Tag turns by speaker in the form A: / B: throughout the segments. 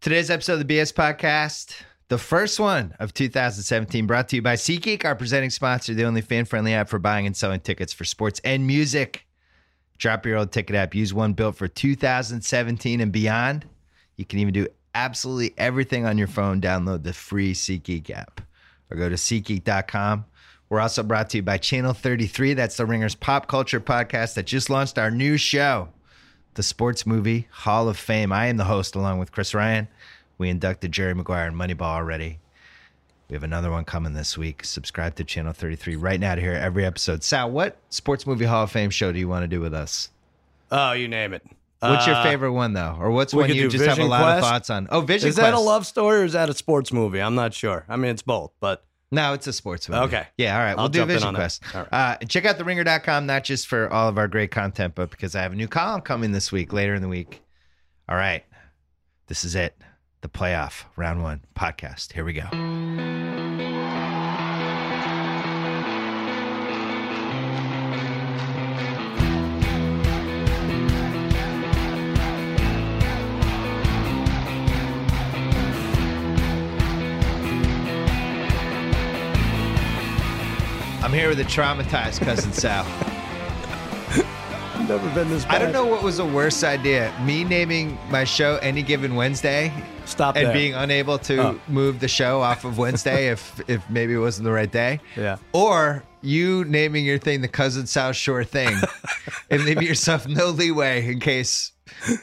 A: Today's episode of the BS Podcast, the first one of 2017, brought to you by SeatGeek, our presenting sponsor, the only fan friendly app for buying and selling tickets for sports and music. Drop your old ticket app, use one built for 2017 and beyond. You can even do absolutely everything on your phone. Download the free SeatGeek app or go to SeatGeek.com. We're also brought to you by Channel 33. That's the Ringers Pop Culture Podcast that just launched our new show the Sports Movie Hall of Fame. I am the host along with Chris Ryan. We inducted Jerry Maguire and Moneyball already. We have another one coming this week. Subscribe to Channel 33 right now to hear every episode. Sal, what Sports Movie Hall of Fame show do you want to do with us?
B: Oh, you name it.
A: What's your favorite one, though? Or what's
B: Uh, we
A: one
B: could
A: you
B: do
A: just have a
B: Vision
A: lot of
B: Quest.
A: thoughts on? Oh, Vision
B: Is that a
A: Quest.
B: love story or is that a sports movie? I'm not sure. I mean, it's both, but
A: No, it's a sports movie.
B: Okay.
A: Yeah, all right. We'll
B: I'll
A: do
B: jump in
A: Vision
B: on that.
A: Quest.
B: All
A: Uh, check out theringer.com, not just for all of our great content, but because I have a new column coming this week, later in the week. All right. This is it. The playoff round one podcast. Here we go. I'm here with a traumatized cousin Sal.
B: I've never been this. Bad.
A: I don't know what was the worst idea. Me naming my show any given Wednesday
B: Stop
A: and
B: there.
A: being unable to
B: Oh.
A: move the show off of Wednesday if if maybe it wasn't the right day.
B: Yeah.
A: Or you naming your thing the cousin South Shore thing and leaving yourself no leeway in case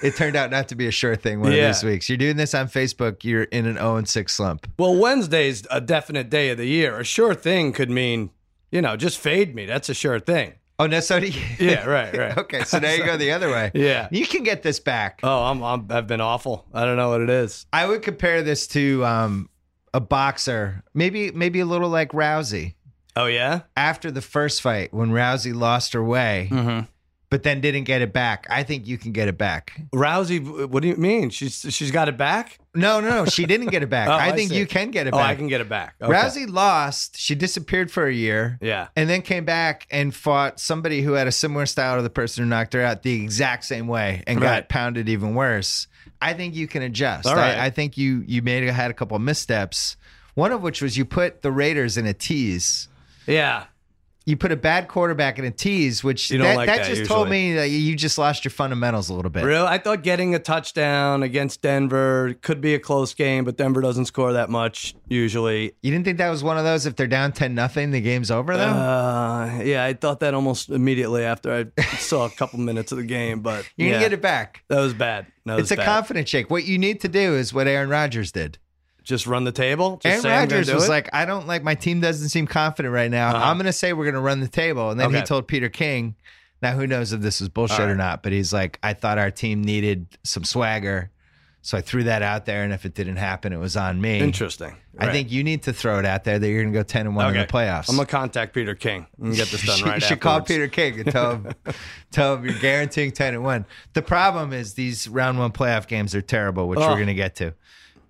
A: it turned out not to be a sure thing one
B: Yeah.
A: of these weeks. You're doing this on Facebook, you're in an 0 and 6 slump.
B: Well, Wednesday's a definite day of the year. A sure thing could mean, you know, just fade me. That's a sure thing.
A: Oh, no, so do you-
B: Yeah, right, right.
A: okay, so now you go the other way.
B: Yeah.
A: You can get this back.
B: Oh, I'm, I'm I've been awful. I don't know what it is.
A: I would compare this to um, a boxer, maybe maybe a little like Rousey.
B: Oh yeah.
A: After the first fight, when Rousey lost her way,
B: Mm-hmm.
A: but then didn't get it back, I think you can get it back.
B: Rousey, what do you mean? She's she's got it back.
A: No, no, no, she didn't get it back.
B: Oh,
A: I
B: I
A: think
B: see.
A: you can get it
B: Oh,
A: back.
B: I can get it back. Okay.
A: Rousey lost. She disappeared for a year.
B: Yeah.
A: And then came back and fought somebody who had a similar style to the person who knocked her out the exact same way and got
B: Right.
A: pounded even worse. I think you can adjust.
B: All right.
A: I, I think you you made had a couple of missteps. One of which was you put the Raiders in a tease.
B: Yeah.
A: You put a bad quarterback in a tease, which
B: You don't
A: that,
B: like
A: that
B: that
A: just told
B: usually.
A: me that you just lost your fundamentals a little bit.
B: Real. I thought getting a touchdown against Denver could be a close game, but Denver doesn't score that much usually.
A: You didn't think that was one of those if they're down ten nothing, the game's over though?
B: Uh, yeah, I thought that almost immediately after I saw a couple minutes of the game, but
A: you can
B: yeah,
A: get it back.
B: That was bad. That
A: It's
B: was
A: a
B: bad.
A: confidence shake. What you need to do is what Aaron Rodgers did.
B: just run the table. Just
A: Aaron
B: say I'm gonna
A: Rodgers
B: do
A: was
B: it?
A: like, I don't like my team doesn't seem confident right now.
B: Uh-huh.
A: I'm gonna say we're gonna run the table. And then he
B: Okay.
A: told Peter King, now who knows if this is bullshit
B: All right.
A: or not, but he's like, I thought our team needed some swagger. So I threw that out there, and if it didn't happen, it was on me.
B: interesting.
A: I
B: Right.
A: think you need to throw it out there that you're gonna go ten and one in the playoffs.
B: I'm gonna contact Peter King and get this done
A: you
B: right.
A: should call
B: afterwards.
A: Peter King and tell him, tell him you're guaranteeing ten and one. The problem is these round one playoff games are terrible, which
B: Ugh.
A: we're gonna get to.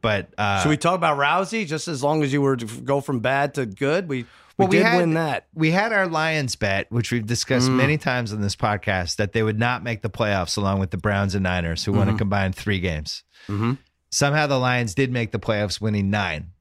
A: But uh,
B: Should we talk about Rousey? Just as long as you were to f- go from bad to good, we we did win that.
A: We had our Lions bet, which we've discussed
B: Mm.
A: many times on this podcast, that they would not make the playoffs along with the Browns and Niners, who won
B: Mm-hmm.
A: a combined three games. Somehow the Lions did make the playoffs, winning nine.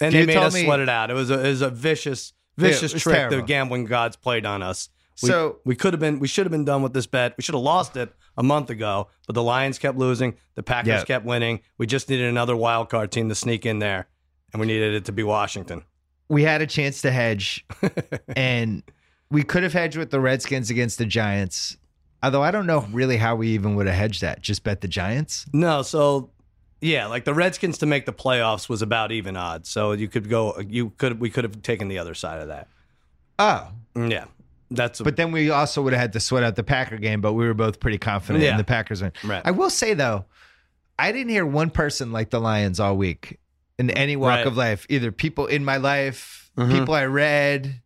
B: And
A: You
B: they made
A: told
B: us
A: me-
B: sweat it out. It was a, it was a vicious,
A: Yeah, it
B: vicious
A: was
B: trick
A: terrible.
B: the gambling gods played on us. We,
A: So-
B: we could have been, we should have been done with this bet. We should have lost it a month ago. But the Lions kept losing. The Packers
A: Yeah.
B: kept winning. We just needed another wild card team to sneak in there, and we needed it to be Washington.
A: We had a chance to hedge, and we could have hedged with the Redskins against the Giants. Although I don't know really how we even would have hedged that. Just bet the Giants.
B: No, so yeah, like the Redskins to make the playoffs was about even odds. So you could go, you could, we could have taken the other side of that. Mm,
A: Oh,
B: Yeah, that's
A: But then we also would have had to sweat out the Packer game, but we were both pretty confident in
B: Yeah.
A: the Packers win.
B: Right.
A: I will say though, I didn't hear one person like the Lions all week in any walk
B: Right.
A: of life. Either people in my life,
B: Mhm.
A: people I read,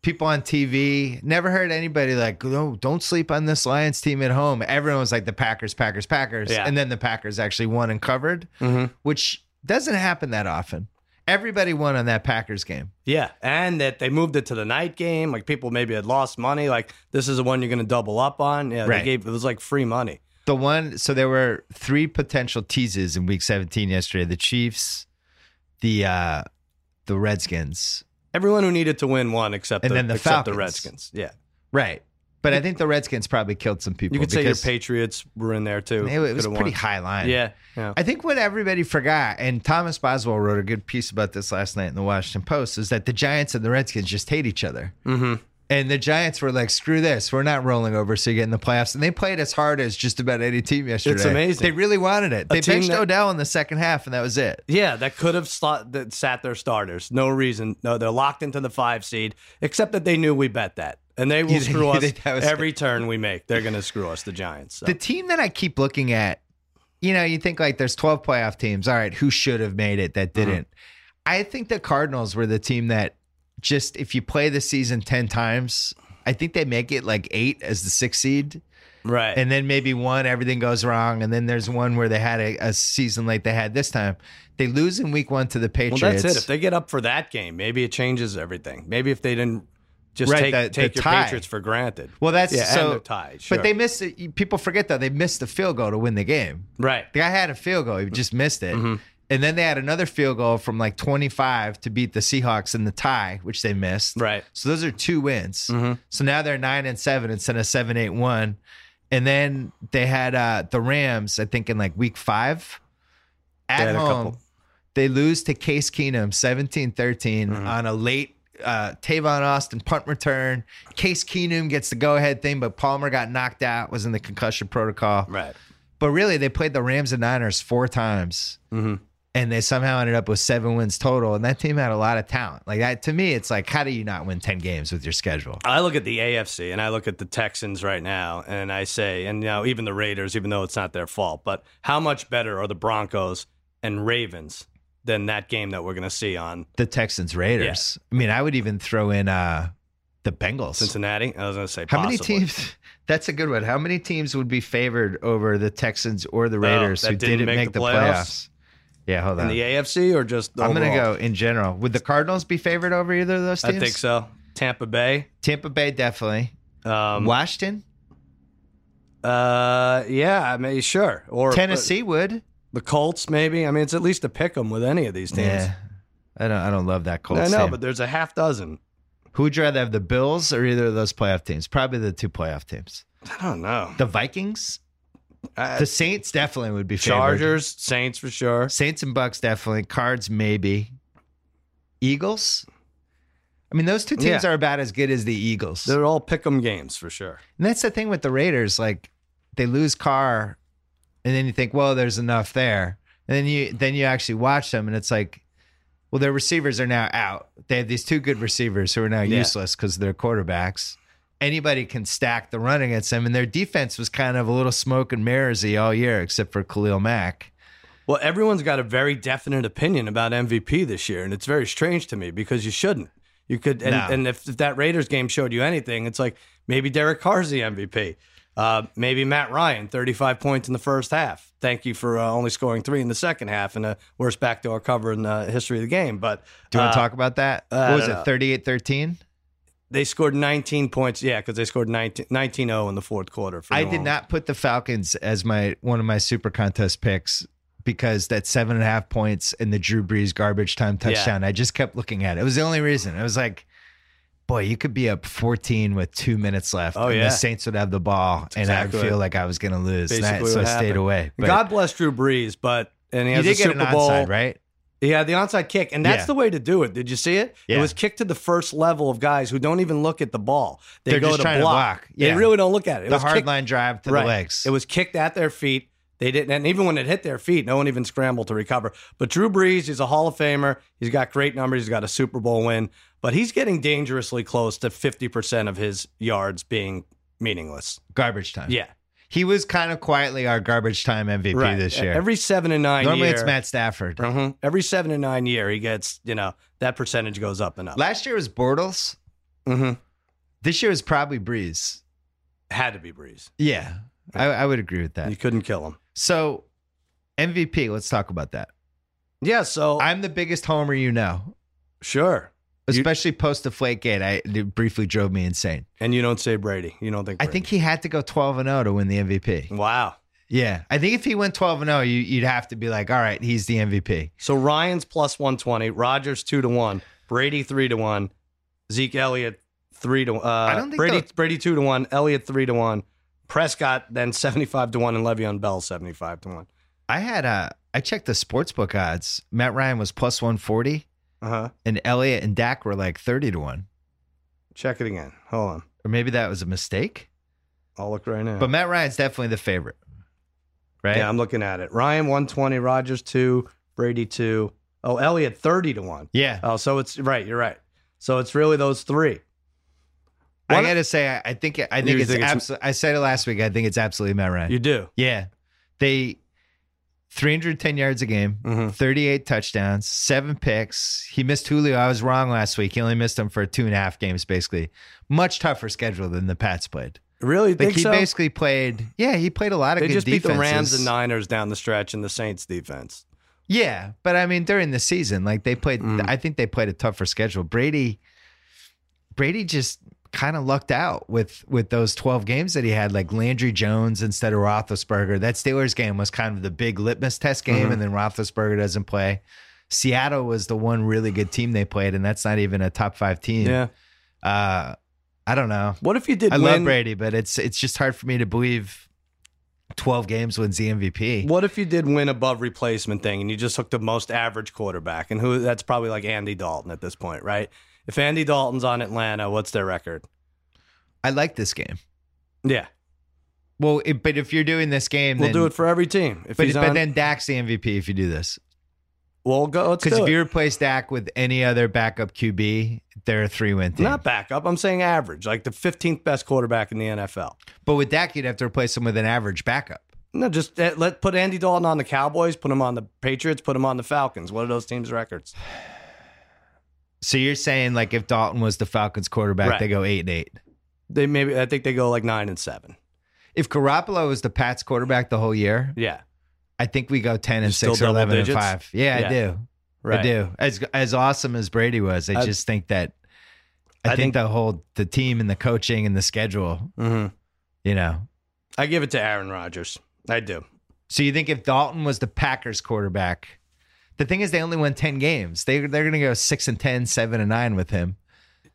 A: people on TV. Never heard anybody like, no, don't sleep on this Lions team at home. Everyone was like the Packers, Packers, Packers.
B: Yeah.
A: And then the Packers actually won and covered,
B: Mhm.
A: which doesn't happen that often. Everybody won on that Packers game.
B: yeah, and that they moved it to the night game. Like people maybe had lost money. Like this is the one you're going to double up on. Yeah,
A: Right.
B: they gave it was like free money.
A: the one so there were three potential teases in week 17 yesterday the chiefs the uh the redskins
B: Everyone who needed to win won except
A: And
B: the,
A: then the
B: except the
A: Falcons.
B: Redskins. Yeah,
A: right but i think the redskins probably killed some people
B: you could say your
A: because
B: Patriots were in there too.
A: it, was
B: Could've
A: pretty
B: won.
A: high line
B: Yeah, yeah.
A: I think what everybody forgot, and Thomas Boswell wrote a good piece about this last night in the Washington Post, is that the Giants and the Redskins just hate each other.
B: Mhm.
A: And the Giants were like, screw this, we're not rolling over, so you get in the playoffs. And they played as hard as just about any team yesterday.
B: amazing.
A: They really wanted it. they
B: team
A: benched
B: that-
A: Odell in the second half, and that was it.
B: Yeah, that could have slot, that sat their starters. No reason. No, they're locked into the five seed, except that they knew we bet that, and they will
A: You think-
B: screw
A: you
B: us
A: think that was-
B: every turn we make. They're going to screw us, the Giants. So.
A: The team that I keep looking at, you know, you think like there's 12 playoff teams. All right, who should have made it that
B: Mm-hmm.
A: didn't? I think the Cardinals were the team that just, if you play the season 10 times, I think they make it like eight as the sixth seed.
B: right.
A: And then maybe one, everything goes wrong. And then there's one where they had a, a season like they had this time. They lose in week one to the
B: well,
A: Patriots.
B: that's it. If they get up for that game, maybe it changes everything. Maybe if they didn't just
A: Right,
B: take
A: the- the
B: take your
A: tie.
B: Patriots for granted.
A: well, that's
B: yeah,
A: so.
B: and the tie. Sure.
A: But they missed it. People forget that they missed the field goal to win the game.
B: right.
A: The guy had a field goal. He just missed it.
B: Mm-hmm.
A: And then they had another field goal from like 25 to beat the Seahawks in the tie, which they missed.
B: Right. Mm-hmm.
A: So those are two wins. So now they're nine and seven instead of seven, eight, one. And then they had uh, the Rams, I think, in like week five
B: They
A: at
B: had a
A: home.
B: couple.
A: They lose to Case Keenum 17 13
B: Mm-hmm.
A: on a late uh, Tavon Austin punt return. Case Keenum gets the go ahead thing, but Palmer got knocked out, was in the concussion protocol.
B: Right.
A: But really, they played the Rams and Niners four times,
B: Mm-hmm.
A: and they somehow ended up with seven wins total. And that team had a lot of talent. Like that, to me, it's like, how do you not win ten games with your schedule?
B: I look at the AFC and I look at the Texans right now and I say, and now even the Raiders, even though it's not their fault, but how much better are the Broncos and Ravens than that game that we're going to see on
A: The Texans, Raiders. I mean, I would even throw in uh, the Bengals.
B: Cincinnati? I was going to say,
A: how many
B: possibly.
A: teams? That's a good one. How many teams would be favored over the Texans or the
B: Oh,
A: Raiders
B: that
A: who
B: didn't
A: didn't
B: make
A: make,
B: the
A: the,
B: playoffs?
A: playoffs? Yeah, hold
B: in
A: on.
B: the AFC or just
A: I'm going to
B: overall?
A: go in general. Would the Cardinals be favored over either of those
B: I
A: teams?
B: think so. Tampa Bay.
A: Tampa Bay definitely.
B: Um,
A: Washington,
B: uh, yeah, I mean, sure. Or
A: Tennessee would.
B: the Colts, maybe. I mean, it's at least a pick 'em with any of these teams.
A: Yeah. I don't I don't love that Colts.
B: I know,
A: team.
B: but there's a half dozen.
A: who would you rather have the Bills or either of those playoff teams? Probably the two playoff teams.
B: I don't know.
A: The Vikings?
B: I-
A: The Saints definitely would be favored.
B: Uh, Chargers, Saints for sure.
A: Saints and Bucks definitely. Cards maybe. Eagles? I mean, those two teams
B: Yeah.
A: are about as good as the Eagles.
B: They're all pick 'em games for sure.
A: and that's the thing with the Raiders, like they lose Carr and then you think, well, there's enough there. And then you then you actually watch them and it's like well, their receivers are now out. They have these two good receivers who are now
B: Yeah.
A: useless because they're quarterbacks. Anybody can stack the run against them, and their defense was kind of a little smoke and mirrorsy all year, except for Khalil Mack.
B: Well, everyone's got a very definite opinion about MVP this year, and it's very strange to me because you shouldn't. You could, and,
A: No.
B: and if, if that Raiders game showed you anything, it's like maybe Derek Carr's the MVP. Uh, maybe Matt Ryan, 35 points in the first half. Thank you for uh, only scoring three in the second half and a worst backdoor cover in the history of the game. But
A: Do you
B: uh,
A: want to talk about that?
B: I
A: what was
B: don't know.
A: it, 38 13?
B: they scored 19 points. Yeah, because they scored 19 0 in the fourth quarter. For
A: I
B: New
A: did
B: Orleans.
A: not put the Falcons as my one of my super contest picks because that seven and a half points and the Drew Brees garbage time
B: Yeah.
A: touchdown. I just kept looking at it. It was the only reason. I was like, boy, you could be up 14 with two minutes left.
B: Oh,
A: and
B: yeah.
A: the Saints would have the ball. and
B: exactly
A: I would feel like I was going to lose. And I-
B: Basically
A: so I
B: what
A: stayed
B: happened.
A: away. But
B: God bless Drew Brees, but and he
A: you
B: has a
A: did get
B: Super
A: an
B: Bowl.
A: onside, right?
B: Yeah, the onside kick. And that's
A: Yeah.
B: the way to do it. Did you see it? It
A: Yeah.
B: was kicked to the first level of guys who don't even look at the ball. They
A: They're
B: go
A: just
B: to
A: trying to
B: block.
A: block. Yeah.
B: They really don't look at it. it
A: The
B: was
A: hard
B: kicked,
A: line drive to
B: right.
A: the legs.
B: It was kicked at their feet. They didn't, and even when it hit their feet, no one even scrambled to recover. But Drew Brees, he's a Hall of Famer. He's got great numbers. He's got a Super Bowl win, but he's getting dangerously close to 50% of his yards being meaningless.
A: garbage time.
B: Yeah.
A: He was kind of quietly our garbage time MVP this year.
B: E- Every seven and nine
A: Normally
B: year.
A: it's Matt Stafford.
B: Mhm. Every seven and nine year, he gets, you know, that percentage goes up and up.
A: Last year was Bortles.
B: hmm
A: This year was probably Brees.
B: Had to be Breeze.
A: Yeah, I, I would agree with
B: You
A: that.
B: couldn't kill him.
A: So, MVP, let's talk about that.
B: Yeah, so
A: I'm the biggest homer you know,
B: sure. You-
A: especially post deflate gate. I it briefly drove me insane.
B: And you don't say Brady. You don't think
A: I
B: Brady.
A: oh think he had to go 12 and 0 to win the MVP.
B: Wow.
A: Yeah, I think if he went 12 and 0, you, you'd have to be like, all right, he's the MVP.
B: So Ryan's plus 120, Rogers 2 to 1, Brady 3 to 1, Zeke Elliott 3 to uh, I
A: don't think
B: Brady
A: they'll-
B: Brady 2 to 1, Elliott 3 to 1, Prescott then 75 to 1 and Le'Veon Bell 75 to 1.
A: I had uh, I checked the sportsbook odds. Matt Ryan was plus 140,
B: Uh-huh.
A: and Elliott and Dak were like 30 to 1.
B: Check it again. Hold on.
A: Or maybe that was a mistake.
B: I'll look right now.
A: But Matt Ryan's definitely the favorite, right?
B: Yeah, I'm looking at it. Ryan 120, Rogers 2, Brady 2. Oh, Elliott 30 to 1.
A: Yeah.
B: Oh, so it's right, you're right. So it's really those 3.
A: I
B: One-
A: gotta say, I- I think I think
B: You
A: it's,
B: think it's-
A: absolutely. I said it last week. I think it's absolutely Matt Ryan.
B: You do.
A: yeah, they 310 yards a game,
B: Mhm.
A: 38 touchdowns, seven picks. He missed Julio. I was wrong last week. He only missed him for two and a half games, basically. Much tougher schedule than the Pats played.
B: Really
A: Like
B: think
A: he
B: so?
A: basically played. Yeah, he played a lot of
B: They
A: good
B: just beat
A: defenses.
B: the Rams and Niners down the stretch and the Saints defense.
A: Yeah, but I mean during the season, like they played.
B: Mm.
A: I think they played a tougher schedule. Brady, Brady just kind of lucked out with with those twelve games that he had. Like Landry Jones instead of Roethlisberger. That Steelers game was kind of the big litmus test game,
B: Mhm.
A: and then Roethlisberger doesn't play. Seattle was the one really good team they played, and that's not even a top five team.
B: Yeah.
A: Uh, I don't know.
B: What if you did
A: I
B: win?
A: love Brady, but it's it's just hard for me to believe twelve games wins the MVP.
B: What if you did win above replacement thing and you just hooked the most average quarterback and who that's probably like Andy Dalton at this point, right? If Andy Dalton's on Atlanta, what's their record?
A: I like this game.
B: Yeah.
A: Well, it, but if you're doing this game,
B: We'll
A: then,
B: do it for every team. If
A: But,
B: he's
A: but
B: on,
A: then Dak's the MVP if you do this,
B: we'll go. Let's
A: because
B: do
A: if
B: it.
A: you replace Dak with any other backup QB, they're a three-win team.
B: not backup, I'm saying average, like the 15th best quarterback in the NFL.
A: But with Dak, you'd have to replace him with an average backup.
B: No, just eh, let put Andy Dalton on the Cowboys, put him on the Patriots, put him on the Falcons. What are those teams' records?
A: So you're saying like if Dalton was the Falcons quarterback,
B: Right.
A: they go eight and eight.
B: They maybe I think they go like nine and seven.
A: If Garoppolo was the Pats quarterback the whole year,
B: Yeah,
A: I think we go ten and
B: still
A: six or
B: double
A: eleven and
B: digits?
A: five. Yeah, I
B: Yeah.
A: do.
B: right.
A: I do. As as awesome as Brady was, I,
B: I-
A: just think that I,
B: I
A: think,
B: think-
A: the whole the team and the coaching and the schedule,
B: hmm
A: you know,
B: I give it to Aaron Rodgers. I do.
A: So you think if Dalton was the Packers quarterback, the thing is they only won 10 games. They they're going to go 6 and 10, 7 and 9 with him.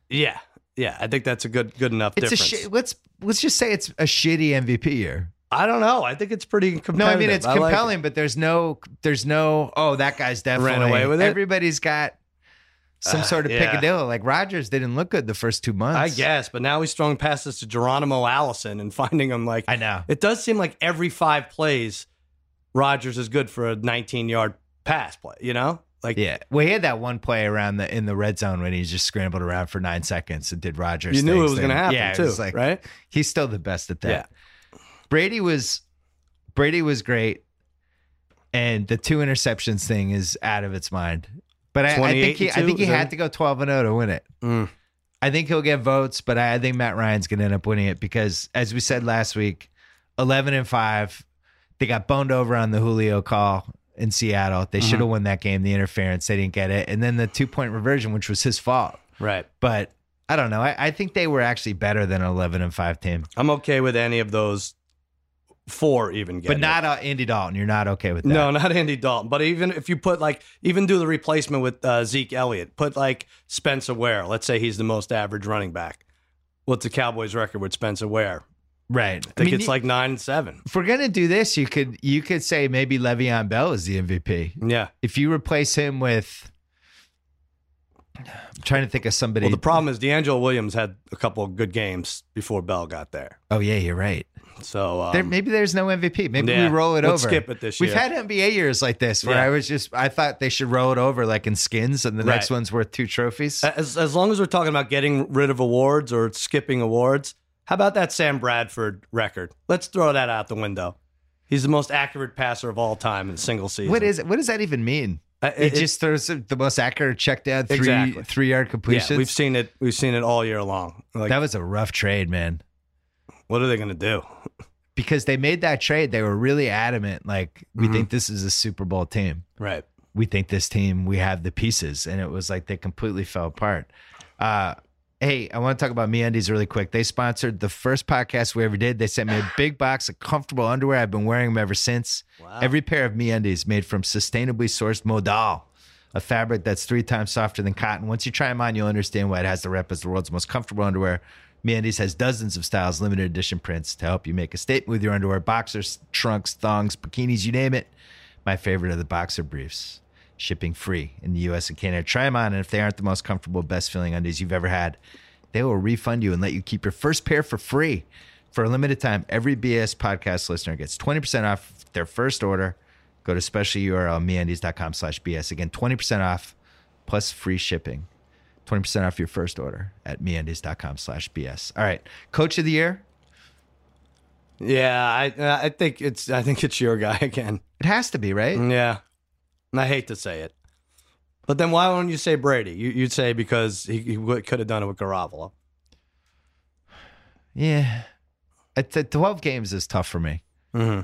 B: Yeah, yeah. I think that's a good good enough
A: It's
B: difference.
A: a shi- let's let's just say it's a shitty MVP year.
B: I don't know. I think it's pretty compelling.
A: No, I mean it's compelling, but there's no there's no oh that guy's definitely
B: away with it?
A: Everybody's got some
B: Uh,
A: sort of
B: yeah.
A: picadillo. Like Rodgers didn't look good the first 2 months.
B: I guess, but now he's throwing passes to Geronimo Allison and finding him like
A: I know.
B: it does seem like every five plays, Rogers is good for a 19 yard pass play. You know, like
A: Yeah. Well, he had that one play around the in the red zone when he just scrambled around for 9 seconds and did Rodgers
B: you knew it
A: things
B: was going to
A: then.
B: happen
A: yeah, it
B: too,
A: was like,
B: right?
A: He's still the best at that. Brady was Brady was great, and the two interceptions thing is out of its mind. But I, I think
B: 28
A: he,
B: and
A: I think
B: two,
A: he
B: is that-
A: had to go twelve and zero to win it.
B: Yeah. Mm.
A: I think he'll get votes, but I, I think Matt Ryan's going to end up winning it because, as we said last week, eleven and five, they got boned over on the Julio call in Seattle.
B: Mm-hmm.
A: They should have won that game. The interference, they didn't get it, and then the two point reversion, which was his fault.
B: Right.
A: But I don't know. I, I think they were actually better than an eleven and five team,
B: I'm okay with any of those four, even.
A: but
B: Getting it.
A: not uh, Andy Dalton. You're not okay with that.
B: No, not Andy Dalton. But even if you put like, even do the replacement with uh, Zeke Elliott, put like Spencer Ware. Let's say he's the most average running back. What's the Cowboys' record with Spencer Ware?
A: Right.
B: I think
A: mean,
B: it's
A: you-
B: like nine and seven.
A: if we're gonna do this, you could you could say maybe Le'Veon Bell is the MVP.
B: Yeah.
A: If you replace him with I'm trying to think of somebody
B: Well, the problem is D'Angelo Williams had a couple of good games before Bell got there.
A: Oh yeah, you're right.
B: So um,
A: there, maybe there's no MVP. Maybe
B: yeah.
A: we roll it
B: Let's
A: over.
B: skip it this
A: We've
B: year.
A: had NBA years like this where
B: Yeah.
A: I was just I thought they should roll it over like in skins and the
B: Right. Uh,
A: next one's worth two trophies.
B: as as long as we're talking about getting rid of awards or skipping awards, how about that Sam Bradford record? Let's throw that out the window. He's the most accurate passer of all time in a single season.
A: what is it? What does that even mean?
B: Uh,
A: It,
B: it-
A: just throws the most accurate check down three
B: Exactly.
A: three yard
B: yeah,
A: completions.
B: we've seen it. We've seen it all year long. Like,
A: that was a rough trade, man.
B: what are they going to do?
A: because they made that trade, they were really adamant. Like, we
B: Mhm.
A: think this is a Super Bowl team.
B: Right.
A: We think this team, we have the pieces. And it was like they completely fell apart. Uh, Hey, I want to talk about MeUndies really quick. They sponsored the first podcast we ever did. They sent me a big box of comfortable underwear. I've been wearing them ever since.
B: Wow.
A: Every pair of MeUndies made from sustainably sourced modal, a fabric that's three times softer than cotton. Once you try them on, you'll understand why it has the rep as the world's most comfortable underwear. MeUndies has dozens of styles, limited edition prints to help you make a statement with your underwear. Boxers, trunks, thongs, bikinis, you name it. My favorite are the boxer briefs shipping free in the US and Canada. Try them on, and if they aren't the most comfortable, best feeling undies you've ever had, they will refund you and let you keep your first pair for free. For a limited time, every BS podcast listener gets 20% off their first order. Go to special URL meandies.com slash BS. Again, 20% off plus free shipping. 20% off your first order at meandies.com slash BS. All right. Coach of the year.
B: Yeah, I uh, I think it's I think it's your guy again.
A: It has to be, right?
B: Yeah, and I hate to say it, but then why wouldn't you say Brady? You, you'd say because he, he would- could have done it with Garoppolo.
A: Yeah. It's, uh, 12 games is tough for me.
B: hmm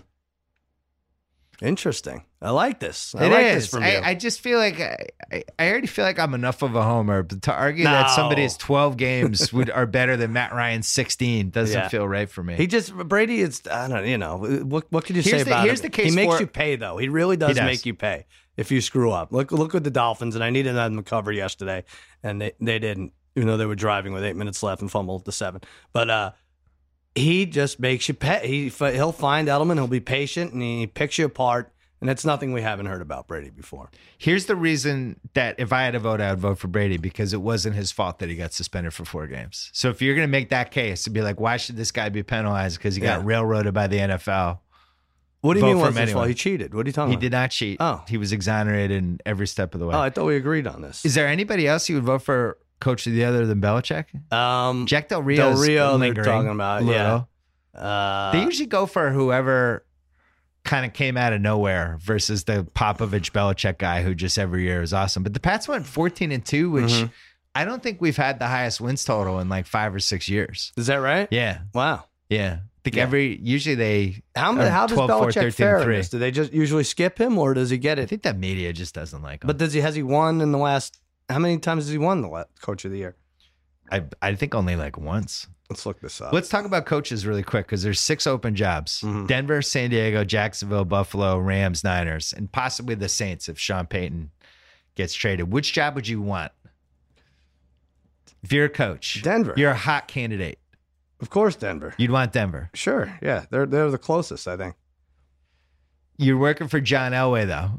B: Interesting. I like this. I
A: It
B: like
A: is.
B: this from
A: I,
B: you.
A: I just feel like I, I- I already feel like I'm enough of a homer but to argue that
B: No.
A: somebody's 12 games would are better than Matt Ryan's 16 doesn't
B: Yeah.
A: feel right for me.
B: he just Brady. It's I don't you know what what could you
A: Here's
B: say
A: the-
B: about
A: here's
B: him?
A: the case
B: He makes
A: for-
B: you pay though. He really does,
A: does.
B: make you pay if you screw up. Look look with the Dolphins and I needed them to cover yesterday and they they didn't. Even though they were driving with eight minutes left and fumbled the seven, but uh, he just makes you pay. He f- he'll find Edelman. He'll be patient and he picks you apart. And that's nothing we haven't heard about Brady before.
A: Here's the reason that if I had to vote, I would vote for Brady because it wasn't his fault that he got suspended for four games. So if you're going to make that case and be like, why should this guy be penalized because he got
B: Yeah.
A: railroaded by the NFL?
B: What do you
A: Vote
B: mean?
A: for
B: Was
A: him
B: his fault?
A: anyway.
B: He cheated. What are you talking
A: He
B: about?
A: did not cheat.
B: Oh.
A: He was exonerated in every step of the way.
B: Oh, I thought we agreed on this.
A: Is there anybody else you would vote for coach of the other than Belichick?
B: Um,
A: Jack Del Rio.
B: Del Rio, they're
A: lingering
B: talking about,
A: a little.
B: yeah. uh,
A: They usually go for whoever kind of came out of nowhere versus the Popovich Belichick guy who just every year is awesome. But the Pats went 14 and 2, which
B: Mhm.
A: I don't think we've had the highest wins total in like five or six years.
B: is that right?
A: Yeah.
B: Wow.
A: Yeah. I think
B: Yeah.
A: every, usually they,
B: How,
A: Or
B: many, how does
A: 12, four,
B: Belichick
A: 13,
B: fare in
A: three.
B: this? Do they just usually skip him, or does he get
A: I
B: it?
A: think that media just doesn't like them.
B: But
A: But
B: does he has he won in the last? How many times has he won the la- Coach of the Year?
A: I, I think only like once.
B: Let's look this up.
A: Let's talk about coaches really quick because there's six open jobs:
B: Mhm.
A: Denver, San Diego, Jacksonville, Buffalo, Rams, Niners, and possibly the Saints if Sean Payton gets traded. Which job would you want? If you're a coach,
B: Denver,
A: you're a hot candidate.
B: of course, Denver.
A: You'd want Denver.
B: Sure, yeah, they're they're the closest, I think.
A: You're working for John Elway though,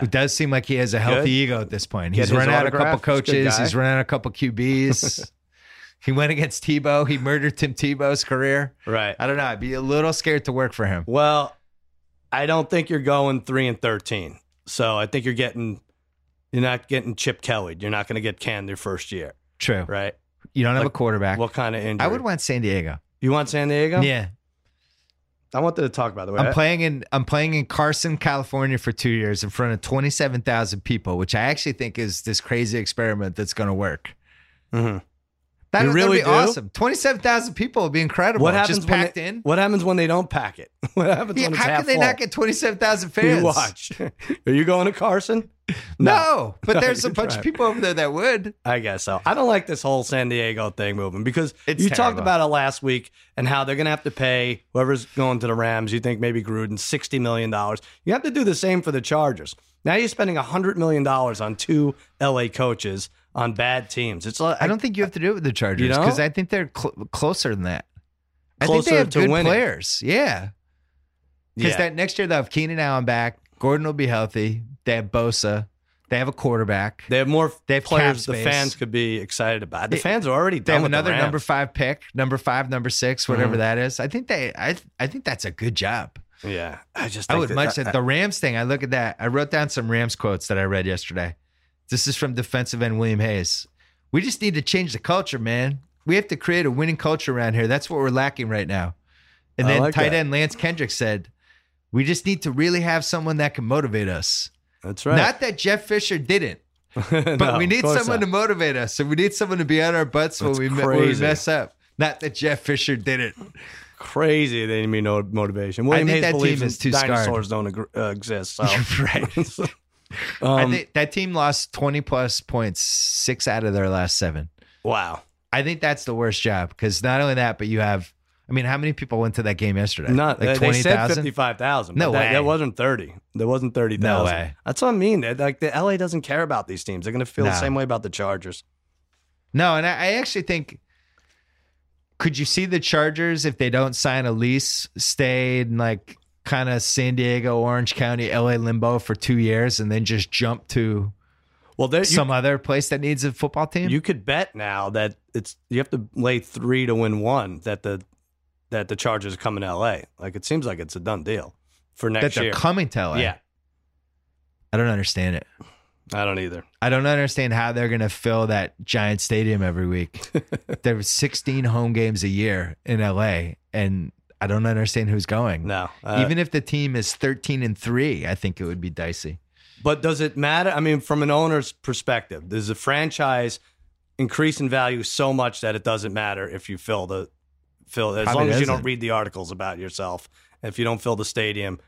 A: who does seem like he has a healthy
B: Good.
A: ego at this point.
B: Get
A: He's
B: his
A: run out a
B: autograph.
A: couple
B: He's a good
A: coaches.
B: guy.
A: He's run out a couple QBs. he went against Tebow. He murdered Tim Tebow's career.
B: right.
A: I don't know. I'd be a little scared to work for him.
B: Well, I don't think you're going three and thirteen. So I think you're getting you're not getting Chip Kelly. You're not going to get canned your first year,
A: True.
B: right?
A: You don't have
B: Like,
A: a quarterback.
B: What kind of injury?
A: I would want San Diego.
B: You want San Diego?
A: Yeah,
B: I wanted to talk about the way.
A: I'm playing in I'm playing in Carson, California for two years in front of 27,000 people, which I actually think is this crazy experiment that's going to work.
B: Mhm.
A: That
B: You
A: would be
B: really do?
A: awesome. 27,000 people would be incredible.
B: What happens
A: Just
B: when
A: packed
B: they,
A: in.
B: What happens when they don't pack it? What happens
A: Yeah,
B: when it's
A: how
B: half
A: can they
B: full?
A: not get 27,000 fans?
B: You watch. Are you going to Carson?
A: No, but there's a
B: You're
A: bunch
B: right.
A: of people over there that would.
B: I guess so. I don't like this whole San Diego thing moving because
A: It's
B: you talked
A: terrible.
B: about it last week and how they're going to have to pay whoever's going to the Rams. You think maybe Gruden sixty million dollars. You have to do the same for the Chargers. Now you're spending hundred million dollars on two LA coaches on bad teams. It's like
A: I don't think you have to do it with the Chargers
B: don't?
A: because I think they're cl- closer than that. I think
B: Closer
A: they have
B: to
A: good
B: winning.
A: players. Yeah. Because
B: yeah.
A: that next year they'll have Keenan Allen back. Gordon will be healthy. They have Bosa. They have a quarterback. They,
B: they have more
A: They have cap
B: players the
A: space.
B: fans could be excited about. The
A: They-
B: fans are already done
A: have
B: with the
A: another
B: Rams.
A: number five pick, number five, number six, whatever
B: Mhm.
A: that is. I think they I I think that's a good job.
B: Yeah, I just
A: I
B: think
A: would
B: that-
A: much
B: I-
A: that the Rams thing. I look at that. I wrote down some Rams quotes that I read yesterday. This is from defensive end William Hayes. We just need to change the culture, man. We have to create a winning culture around here. That's what we're lacking right now. And
B: I
A: then
B: like
A: tight
B: that.
A: end Lance Kendrick said, "We just need to really have someone that can motivate us.
B: That's right.
A: Not that Jeff Fisher didn't,
B: but
A: But we need someone to motivate us, and we need someone to be on our butts when
B: That's
A: we, me- when we
B: crazy.
A: mess up. Not that Jeff Fisher did it.
B: crazy. They need no motivation. William
A: think
B: Hayes
A: that
B: believes
A: team is
B: in
A: too scarred.
B: dinosaurs don't ag- uh, exist. So.
A: right.
B: um,
A: I think that team lost twenty plus points six out of their last seven.
B: Wow.
A: I think that's the worst job because not only that, but you have. I mean, how many people went to that game yesterday?
B: Not uh,
A: like
B: they- they
A: twenty
B: said
A: thousand.
B: fifty-five thousand.
A: No
B: that,
A: way.
B: That wasn't thirty. That wasn't thirty thousand.
A: No way.
B: That's what I mean. They're, like the LA doesn't care about these teams. They're going to feel
A: No.
B: the same way about the Chargers.
A: No, and I, I actually think. Could you see the Chargers if they don't sign a lease, stay in like kind of San Diego, Orange County, LA limbo for two years, and then just jump to
B: Well, there you,
A: some other place that needs a football team?
B: you could bet now that it's you have to lay three to win one that the that the Chargers come in LA. Like it seems like it's a done deal for
A: that
B: next
A: they're
B: year.
A: coming to LA.
B: yeah,
A: I don't understand it.
B: I don't either.
A: I don't understand how they're going to fill that giant stadium every week. there were 16 home games a year in LA, and I don't understand who's going.
B: No, uh,
A: Even if the team is 13 and three, I think it would be dicey.
B: But does it matter? I mean, from an owner's perspective, does the franchise increase in value so much that it doesn't matter if you fill the fill as
A: Probably
B: long as you don't
A: doesn't.
B: read the articles about yourself? If you don't fill the stadium,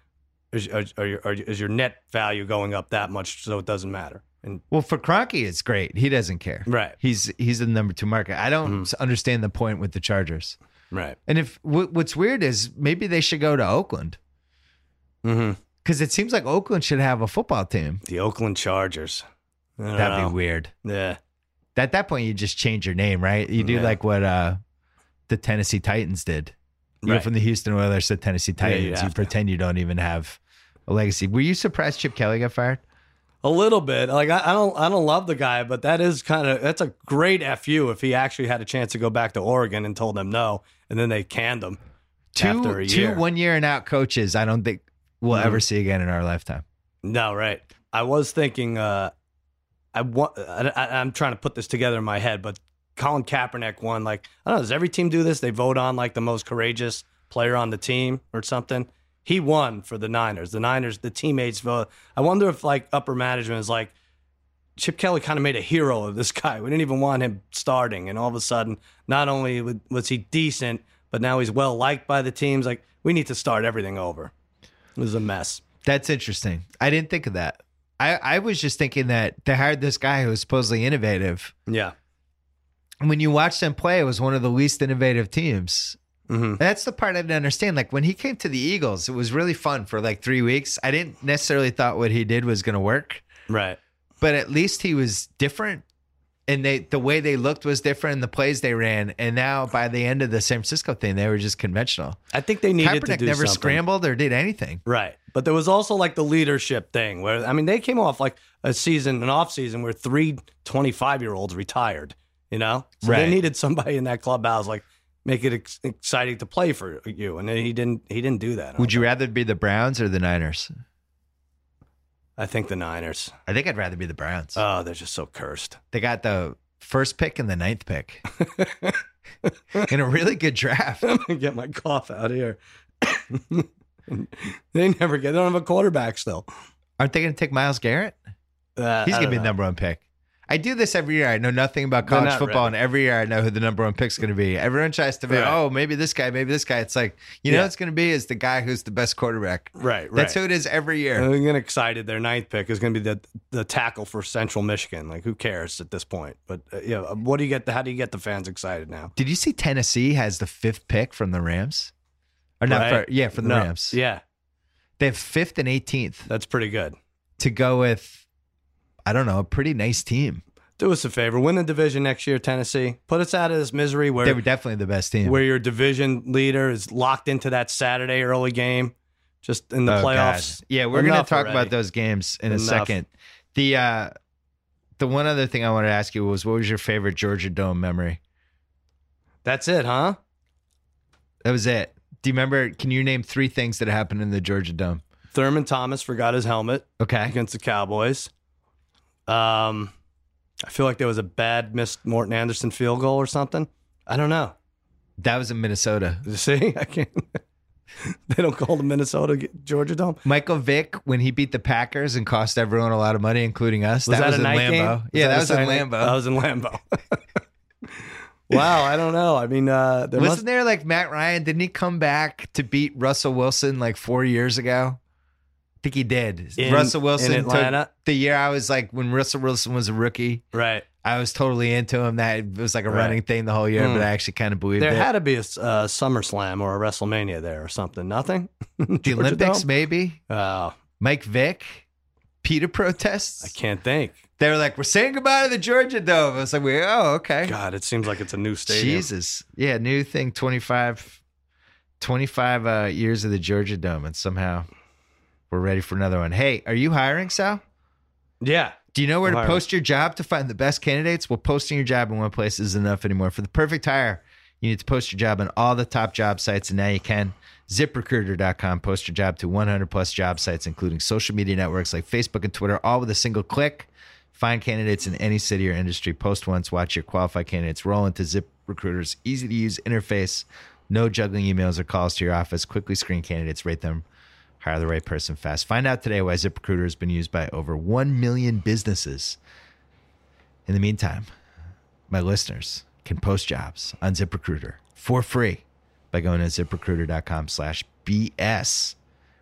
B: is, are, are, your- are, is your net value going up that much so it doesn't matter? And
A: Well, for Kroenke, it's great. He doesn't care.
B: right, Mm-hmm.
A: He's he's the number two market. I don't understand the point with the Chargers.
B: right,
A: And if wh- what's weird is maybe they should go to Oakland
B: hmm
A: because it seems like Oakland should have a football team.
B: the Oakland Chargers. I don't
A: That'd be
B: know.
A: weird.
B: Oh, Yeah,
A: At that point, you just change your name, right? You do
B: Yeah.
A: like what uh, the Tennessee Titans did. You
B: Right.
A: go from the Houston Oilers to Tennessee
B: Yeah, you
A: Titans. you
B: have to.
A: pretend you don't even have a legacy. Were you surprised Chip Kelly got fired?
B: a little bit. Like I, I don't, I don't love the guy, but that is kind of that's a great fu if he actually had a chance to go back to Oregon and told them no, and then they canned him. After
A: Two,
B: a
A: two
B: year.
A: one year and out coaches. I don't think we'll
B: Mhm.
A: ever see again in our lifetime.
B: No, right. I was thinking. Uh, I want. I, I, I'm trying to put this together in my head, but Colin Kaepernick won. Like I don't know. Does every team do this? They vote on like the most courageous player on the team or something. He won for the Niners. The Niners, the teammates vote. I wonder if like upper management is like. Chip Kelly kind of made a hero of this guy. We didn't even want him starting, and all of a sudden, not only wa- was he decent, but now he's well liked by the teams. Like we need to start everything over. It was a mess.
A: That's interesting. I didn't think of that. I, I was just thinking that they hired this guy who was supposedly innovative.
B: Yeah.
A: And when you watch them play, it was one of the least innovative teams.
B: hmm
A: That's the part I didn't understand. Like when he came to the Eagles, it was really fun for like three weeks. I didn't necessarily thought what he did was going to work.
B: Right.
A: but at least he was different and they the way they looked was different and the plays they ran and now by the end of the San Francisco thing they were just conventional.
B: I think they needed to
A: Kaepernick
B: do
A: never
B: something.
A: scrambled or did anything.
B: Right. But there was also like the leadership thing where I mean they came off like a season, an off season where three 25 year olds retired, you know? So
A: Right.
B: they needed somebody in that clubhouse like make it ex- exciting to play for you. And then he didn't he didn't do that.
A: Would you rather be the Browns or the Niners?
B: I think the Niners.
A: I think I'd rather be the Browns.
B: Oh, they're just so cursed.
A: they got the first pick and the ninth pick in a really good draft.
B: I'm gonna get my cough out here. they never get they don't have a quarterback still.
A: Aren't they going to take Miles Garrett?
B: Uh,
A: He's
B: I
A: going to
B: don't
A: be the
B: know.
A: number one pick. I do this every year. I know nothing about
B: They're
A: college
B: not
A: football,
B: ready.
A: and every year I know who the number one pick's going to be. Everyone tries to be,
B: Right.
A: oh, maybe this guy, maybe this guy. It's like, you know,
B: Yeah.
A: what it's going to be is the guy who's the best quarterback.
B: Right, Uh. right.
A: That's who it is every year.
B: I'm getting excited. Their ninth pick is going to be the the tackle for Central Michigan. Like, who cares at this point? But uh, yeah, what do you get? The, how do you get the fans excited now?
A: Did you see Tennessee has the fifth pick from the Rams? Or not?
B: Right.
A: For, yeah, from the
B: No.
A: Rams.
B: Yeah,
A: They have fifth and 18th
B: that's pretty good.
A: to go with, I don't know, a pretty nice team.
B: Do us a favor, win the division next year, Tennessee. Put us out of this misery
A: They
B: where
A: were definitely the best team.
B: where your division leader is locked into that Saturday early game, just in the
A: Oh,
B: playoffs.
A: God. Yeah, we're going
B: Enough
A: to talk
B: already.
A: about those games in a
B: Enough.
A: second. The uh, the one other thing I wanted to ask you was, what was your favorite Georgia Dome memory?
B: That's it, huh?
A: That was it. Do you remember? Can you name three things that happened in the Georgia Dome?
B: Thurman Thomas forgot his helmet.
A: Okay,
B: against the Cowboys. Um, I feel like there was a bad missed Morton Anderson field goal or something. I don't know.
A: that was in Minnesota.
B: You see, I can't. they don't call the Minnesota G- Georgia Dome.
A: Michael Vick, when he beat the Packers and cost everyone a lot of money, including us,
B: Was that,
A: was
B: a
A: in
B: night game?
A: Lambeau. Yeah, that,
B: a
A: was in
B: Saturday night- Oh, That
A: Lambeau.
B: was in Lambeau. wow, I don't know. I mean, uh, there
A: Wasn't
B: must.
A: there like Matt Ryan? Didn't he come back to beat Russell Wilson like four years ago? I think he did.
B: In-
A: Russell Wilson
B: in
A: took
B: Atlanta?
A: the year I was like when Russell Wilson was a rookie.
B: Right.
A: I was totally into him. That was like a
B: Right.
A: running thing the whole year,
B: Mm.
A: but I actually kind of believed
B: There
A: it.
B: had to be a s- uh, SummerSlam or a WrestleMania there or something. Nothing.
A: the
B: Georgia
A: Olympics,
B: Dome?
A: maybe
B: Oh,
A: Mike Vick, Peter protests.
B: I can't think.
A: They were like, "We're saying goodbye to the Georgia Dome." I was like, "We oh okay,
B: God, it seems like it's a new stadium.
A: Jesus, yeah, new thing, 25, 25 uh, years of the Georgia Dome, and somehow we're ready for another one." Hey, are you hiring, Sal?
B: Yeah.
A: Do you know where
B: I'm
A: to
B: hiring.
A: post your job to find the best candidates? Well, posting your job in one place isn't enough anymore. For the perfect hire, you need to post your job on all the top job sites, and now you can. ZipRecruiter.com. Post your job to 100 plus job sites, including social media networks like Facebook and Twitter, all with a single click. Find candidates in any city or industry. Post once, watch your qualified candidates roll into ZipRecruiter's easy to use interface. No juggling emails or calls to your office. Quickly screen candidates, rate them, hire the right person fast. Find out today why ZipRecruiter has been used by over 1 million businesses. In the meantime, my listeners can post jobs on ZipRecruiter for free by going to ziprecruiter.com slash BS.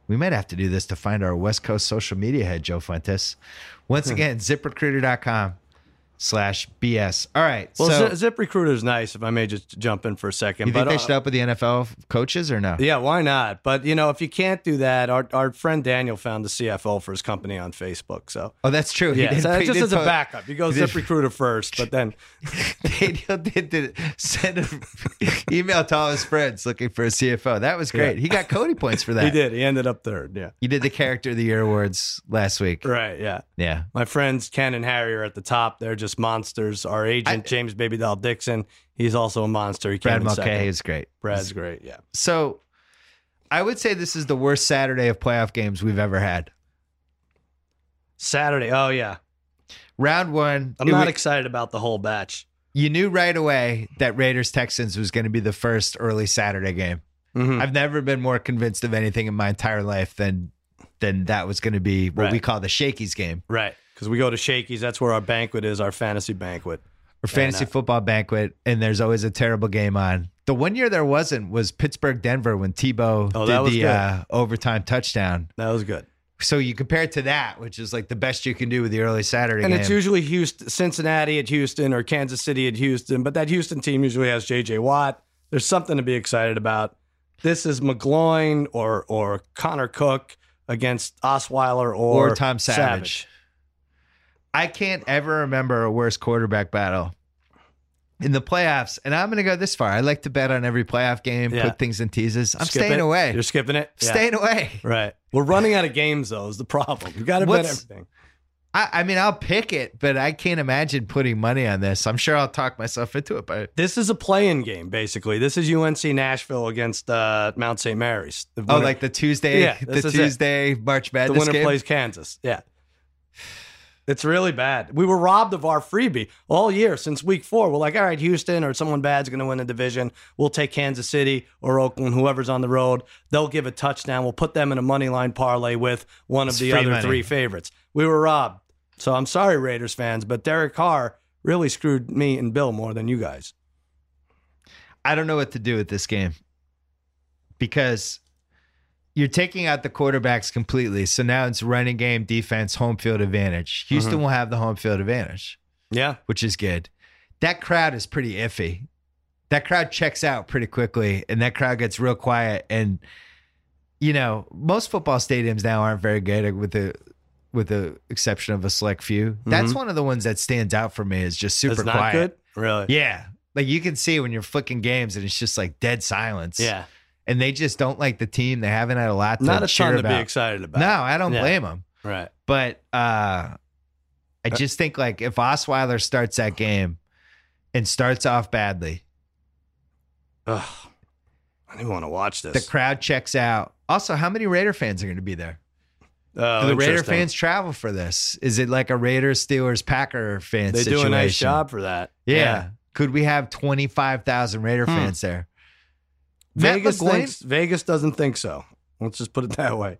A: We might have to do this to find our West Coast social media head, Joe Fuentes.
B: Hmm.
A: Once again, ziprecruiter.com slash BS. All right.
B: Well,
A: so
B: Zip, Recruiter is nice. If I may just jump in for a second,
A: you think
B: but
A: they
B: uh,
A: should up with the NFL coaches or no?
B: yeah, why not? But you know, if you can't do that, our our friend Daniel found the CFO for his company on Facebook. So
A: Oh, that's true. He
B: yeah,
A: did-
B: so
A: he
B: just
A: did
B: as a
A: post-
B: backup, you go
A: he did-
B: Zip Recruiter first, but then
A: Daniel did, did send an email to all his friends looking for a CFO. That was great.
B: Yeah.
A: He got Cody points for that.
B: he did. He ended up third. Yeah,
A: You did the Character of the Year awards last week.
B: right. Yeah.
A: Yeah.
B: My friends Ken and Harry are at the top. They're just monsters. Our agent James Baby Doll Dixon, he's also a monster. He
A: Brad
B: came in second.
A: Mulcahy is great.
B: Brad's great. Yeah.
A: So I would say this is the worst Saturday of playoff games we've ever had.
B: Saturday. Oh yeah.
A: Round one,
B: I'm
A: it
B: not
A: wa-
B: excited about the whole batch.
A: you knew right away that Raiders Texans was going to be the first early Saturday game.
B: Mhm.
A: I've never been more convinced of anything in my entire life than than that was going to be what
B: Right.
A: we call the Shakies game.
B: Right. Because we go to Shakey's. That's where our banquet is, our fantasy banquet.
A: or fantasy
B: And,
A: football banquet, and there's always a terrible game on. The one year there wasn't was Pittsburgh Denver when Tebow
B: Oh, that
A: did
B: was
A: the
B: good.
A: uh, overtime touchdown.
B: That was good.
A: So you compare it to that, which is like the best you can do with the early Saturday
B: And
A: game.
B: it's usually Houston, Cincinnati at Houston or Kansas City at Houston. But that Houston team usually has J.J. Watt. There's something to be excited about. This is McGloin or or Connor Cook against Osweiler or,
A: or Tom Savage. I can't ever remember a worse quarterback battle in the playoffs. And I'm going to go this far. I like to bet on every playoff game,
B: Yeah.
A: put things in teases. I'm
B: Skip
A: staying
B: it.
A: away.
B: You're skipping it. Yeah.
A: Staying away.
B: Right. We're running out of games though. Is the problem? You got to bet
A: What's-
B: everything.
A: I, I mean, I'll pick it, but I can't imagine putting money on this. I'm sure I'll talk myself into it, but
B: This is a play-in game basically. This is UNC Nashville against uh, Mount St. Mary's. The
A: Oh,
B: winner-
A: like the Tuesday,
B: Yeah,
A: the
B: this is it.
A: Tuesday March
B: the
A: Madness
B: winner
A: game.
B: plays Kansas. Yeah. It's really bad. We were robbed of our freebie all year since week four. We're like, all right, Houston or someone bad's going to win the division. We'll take Kansas City or Oakland, whoever's on the road. They'll give a touchdown. We'll put them in a money line parlay with one of
A: It's
B: the
A: free
B: other
A: money.
B: three favorites. We were robbed. So I'm sorry, Raiders fans, but Derek Carr really screwed me and Bill more than you guys.
A: I don't know what to do with this game because you're taking out the quarterbacks completely. So now it's running game, defense, home field advantage. Houston
B: Mm-hmm.
A: will have the home field advantage,
B: Yeah.
A: which is good. That crowd is pretty iffy. That crowd checks out pretty quickly, and that crowd gets real quiet. And you know, most football stadiums now aren't very good, uh, with the with the exception of a select few. That's one of the ones that stands out for me. Is just super
B: Mm-hmm. That's not
A: quiet.
B: good. Really?
A: Yeah. Like you can see when you're flicking games and it's just like dead silence.
B: Yeah.
A: And they just don't like the team. They haven't had a lot to
B: Not a
A: cheer
B: ton to
A: about.
B: be excited about.
A: no, I don't
B: Yeah.
A: blame them.
B: Right.
A: But uh I just think like if Osweiler starts that game and starts off badly,
B: Ugh. I don't even want to watch this.
A: the crowd checks out. Also, how many Raider fans are going to be there?
B: Oh,
A: Do the Raider
B: interesting.
A: fans travel for this? Is it like a Raiders, Steelers, Packer fan
B: They
A: situation?
B: do a nice job for that.
A: Yeah. Could we have 25,000 Raider
B: Hmm.
A: fans there? Matt
B: Vegas
A: LaGuardia-
B: thinks, Vegas doesn't think so. Let's just put it that way.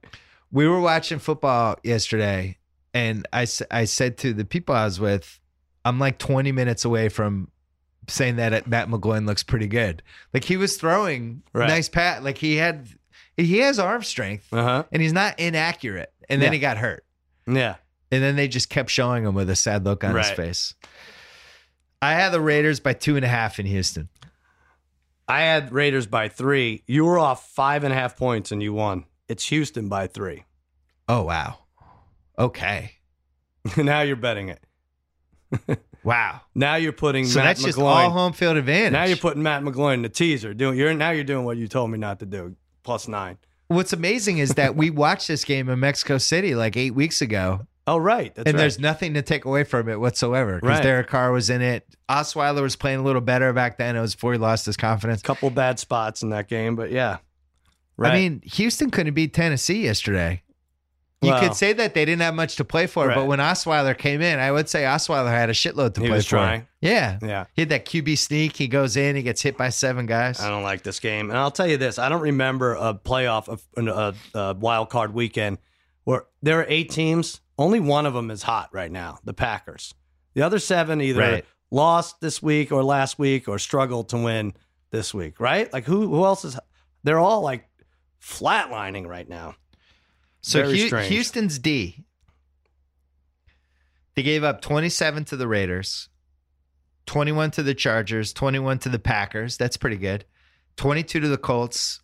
A: we were watching football yesterday and I, s- I said to the people i was with i'm like 20 minutes away from saying that uh, matt mcgloin looks pretty good like he was throwing
B: Right.
A: nice pat like he had he has arm strength
B: Uh-huh.
A: and he's not inaccurate and then
B: Yeah.
A: he got hurt
B: Yeah.
A: and then they just kept showing him with a sad look on his
B: Right.
A: face I had the Raiders by two and a half in Houston.
B: I had Raiders by three. You were off five and a half points and you won. It's Houston by three.
A: Oh wow. Okay.
B: now you're betting it.
A: Wow.
B: Now you're putting
A: So
B: Matt
A: that's just
B: McGloin-
A: all home field advantage.
B: Now you're putting Matt McGloin in the teaser. Doing you're now you're doing what you told me not to do. Plus nine.
A: What's amazing is that we watched this game in Mexico City like eight weeks ago,
B: Oh right, that's
A: and
B: right.
A: there's nothing to take away from it whatsoever. Because
B: Right.
A: Derek Carr was in it. Osweiler was playing a little better back then. It was before he lost his confidence.
B: a couple bad spots in that game, but yeah. Right.
A: I mean, Houston couldn't beat Tennessee yesterday. You
B: Well-
A: could say that they didn't have much to play for, but
B: Right.
A: when Osweiler came in, I would say Osweiler had a shitload to
B: He
A: play
B: was
A: for.
B: trying.
A: Yeah.
B: yeah.
A: He had that QB sneak. He goes in, he gets hit by seven guys.
B: I don't like this game. And I'll tell you this: I don't remember a playoff, a, a, a wild card weekend where there are eight teams. Only one of them is hot right now: the Packers. The other seven either
A: Right.
B: lost this week or last week or struggled to win this week. Right? Like who? Who else is? They're all like flatlining right now.
A: So
B: Very
A: Hu-
B: strange.
A: Houston's D. They gave up 27 to the Raiders, 21 to the Chargers, 21 to the Packers. That's pretty good. 22 to the Colts,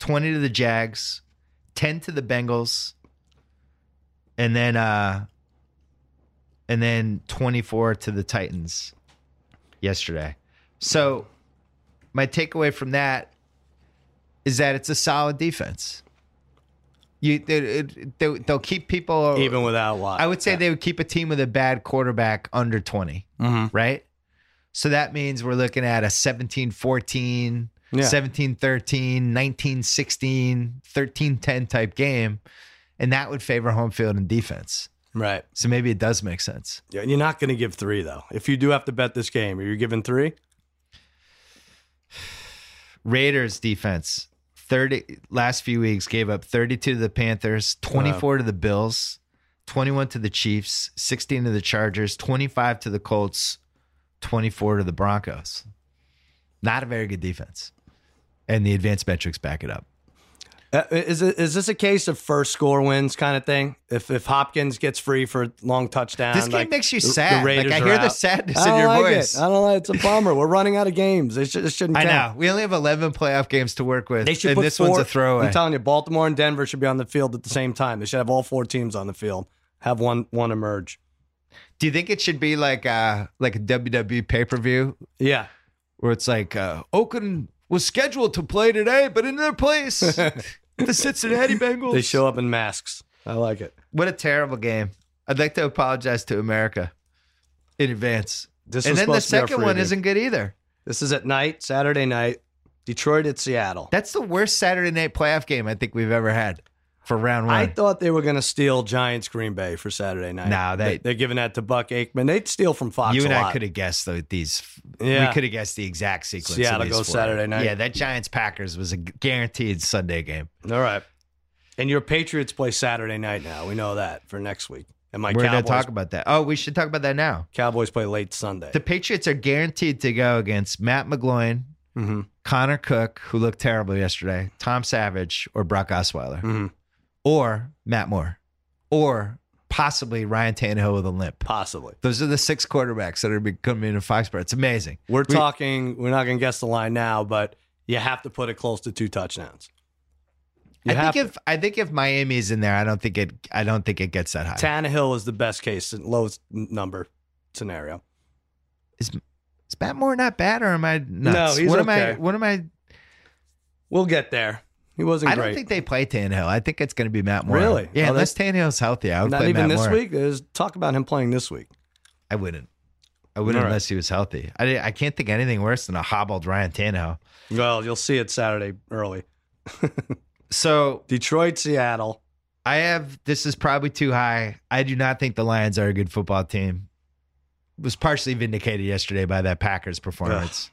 A: 20 to the Jags, 10 to the Bengals, and then uh and then 24 to the Titans yesterday. So my takeaway from that is that it's a solid defense. You they, it- they, they'll keep people
B: Even without Watt,
A: Oh, I would say they would keep a team with a bad quarterback under 20,
B: Mhm.
A: right? So that means we're looking at a 17 14,
B: Yeah.
A: 17 13, 19 16, 13 10 type game. And that would favor home field and defense.
B: right.
A: So maybe it does make sense.
B: Yeah, You're not going to give three though. If you do have to bet this game, are you giving three?
A: Raiders defense, 30 last few weeks gave up 32 to the Panthers, 24 to the Bills, 21 to the Chiefs, 16 to the Chargers, 25 to the Colts, 24 to the Broncos. Not a very good defense. And the advanced metrics back it up.
B: Uh, is it, is this a case of first score wins kind of thing? If if Hopkins gets free for a long touchdown,
A: This game
B: like,
A: makes you
B: the- the
A: sad. like
B: Raiders
A: I
B: are
A: hear the
B: out.
A: sadness
B: I
A: in
B: don't
A: your
B: like
A: voice.
B: it. I don't like. It's a bummer. We're running out of games. It, should, it shouldn't.
A: I
B: count.
A: know. We only have 11 playoff games to work with.
B: They should
A: and
B: put
A: this
B: four,
A: one's a throwaway.
B: I'm telling you, Baltimore and Denver should be on the field at the same time. They should have all four teams on the field. Have one one emerge.
A: Do you think it should be like a, like a WWE pay-per-view
B: Yeah,
A: where it's like uh, Oakland was scheduled to play today, but in their place, the Cincinnati Bengals.
B: they show up in masks. I like it.
A: What a terrible game! I'd like to apologize to America in advance.
B: This
A: and
B: was
A: then the
B: supposed to be our
A: second one
B: preview.
A: isn't good either.
B: This is at night, Saturday night. Detroit at Seattle.
A: That's the worst Saturday night playoff game I think we've ever had for round
B: I
A: one.
B: thought they were going to steal Giants Green Bay for Saturday night.
A: No, they-
B: are giving that to Buck Aikman. They'd steal from Fox.
A: you and
B: a
A: I
B: lot.
A: could have guessed though these.
B: Yeah.
A: We could have guessed the exact sequence. of
B: Seattle
A: these
B: goes
A: four.
B: Saturday night.
A: Yeah, that Giants Packers was a guaranteed Sunday game.
B: All right. And your Patriots play Saturday night now. We know that for next week. And my
A: We're going
B: Cowboys,
A: to talk about that. Oh, we should talk about that now.
B: Cowboys play late Sunday.
A: The Patriots are guaranteed to go against Matt McGloin,
B: hmm
A: Connor Cook, who looked terrible yesterday, Tom Savage, or Brock Osweiler,
B: hmm
A: or Matt Moore, or possibly Ryan Tannehill with a limp.
B: Possibly.
A: Those are the six quarterbacks that are be- coming into Foxborough. It's amazing.
B: We're
A: We-
B: talking, we're not going to guess the line now, but you have to put it close to two touchdowns. You
A: I
B: have
A: think if I think if Miami's in there, I don't think it I don't think it gets that high.
B: Tannehill is the best case, lowest number scenario.
A: is Matt Moore not bad, or am I nuts?
B: he's
A: what am I?
B: okay.
A: What am I?
B: We'll get there. He wasn't
A: I don't
B: great.
A: think they play Tannehill. I think it's going to be Matt Moore.
B: Really?
A: Yeah,
B: Oh,
A: unless Tannehill's healthy, I would
B: not
A: play
B: even
A: Matt
B: this
A: Moore.
B: week. There's talk about him playing this week.
A: I wouldn't. I wouldn't
B: All right.
A: unless he was healthy. I, di- I can't think of anything worse than a hobbled Ryan Tannehill.
B: Well, you'll see it Saturday early.
A: So
B: Detroit, Seattle.
A: I have this is probably too high. I do not think the Lions are a good football team. Was partially vindicated yesterday by that Packers performance.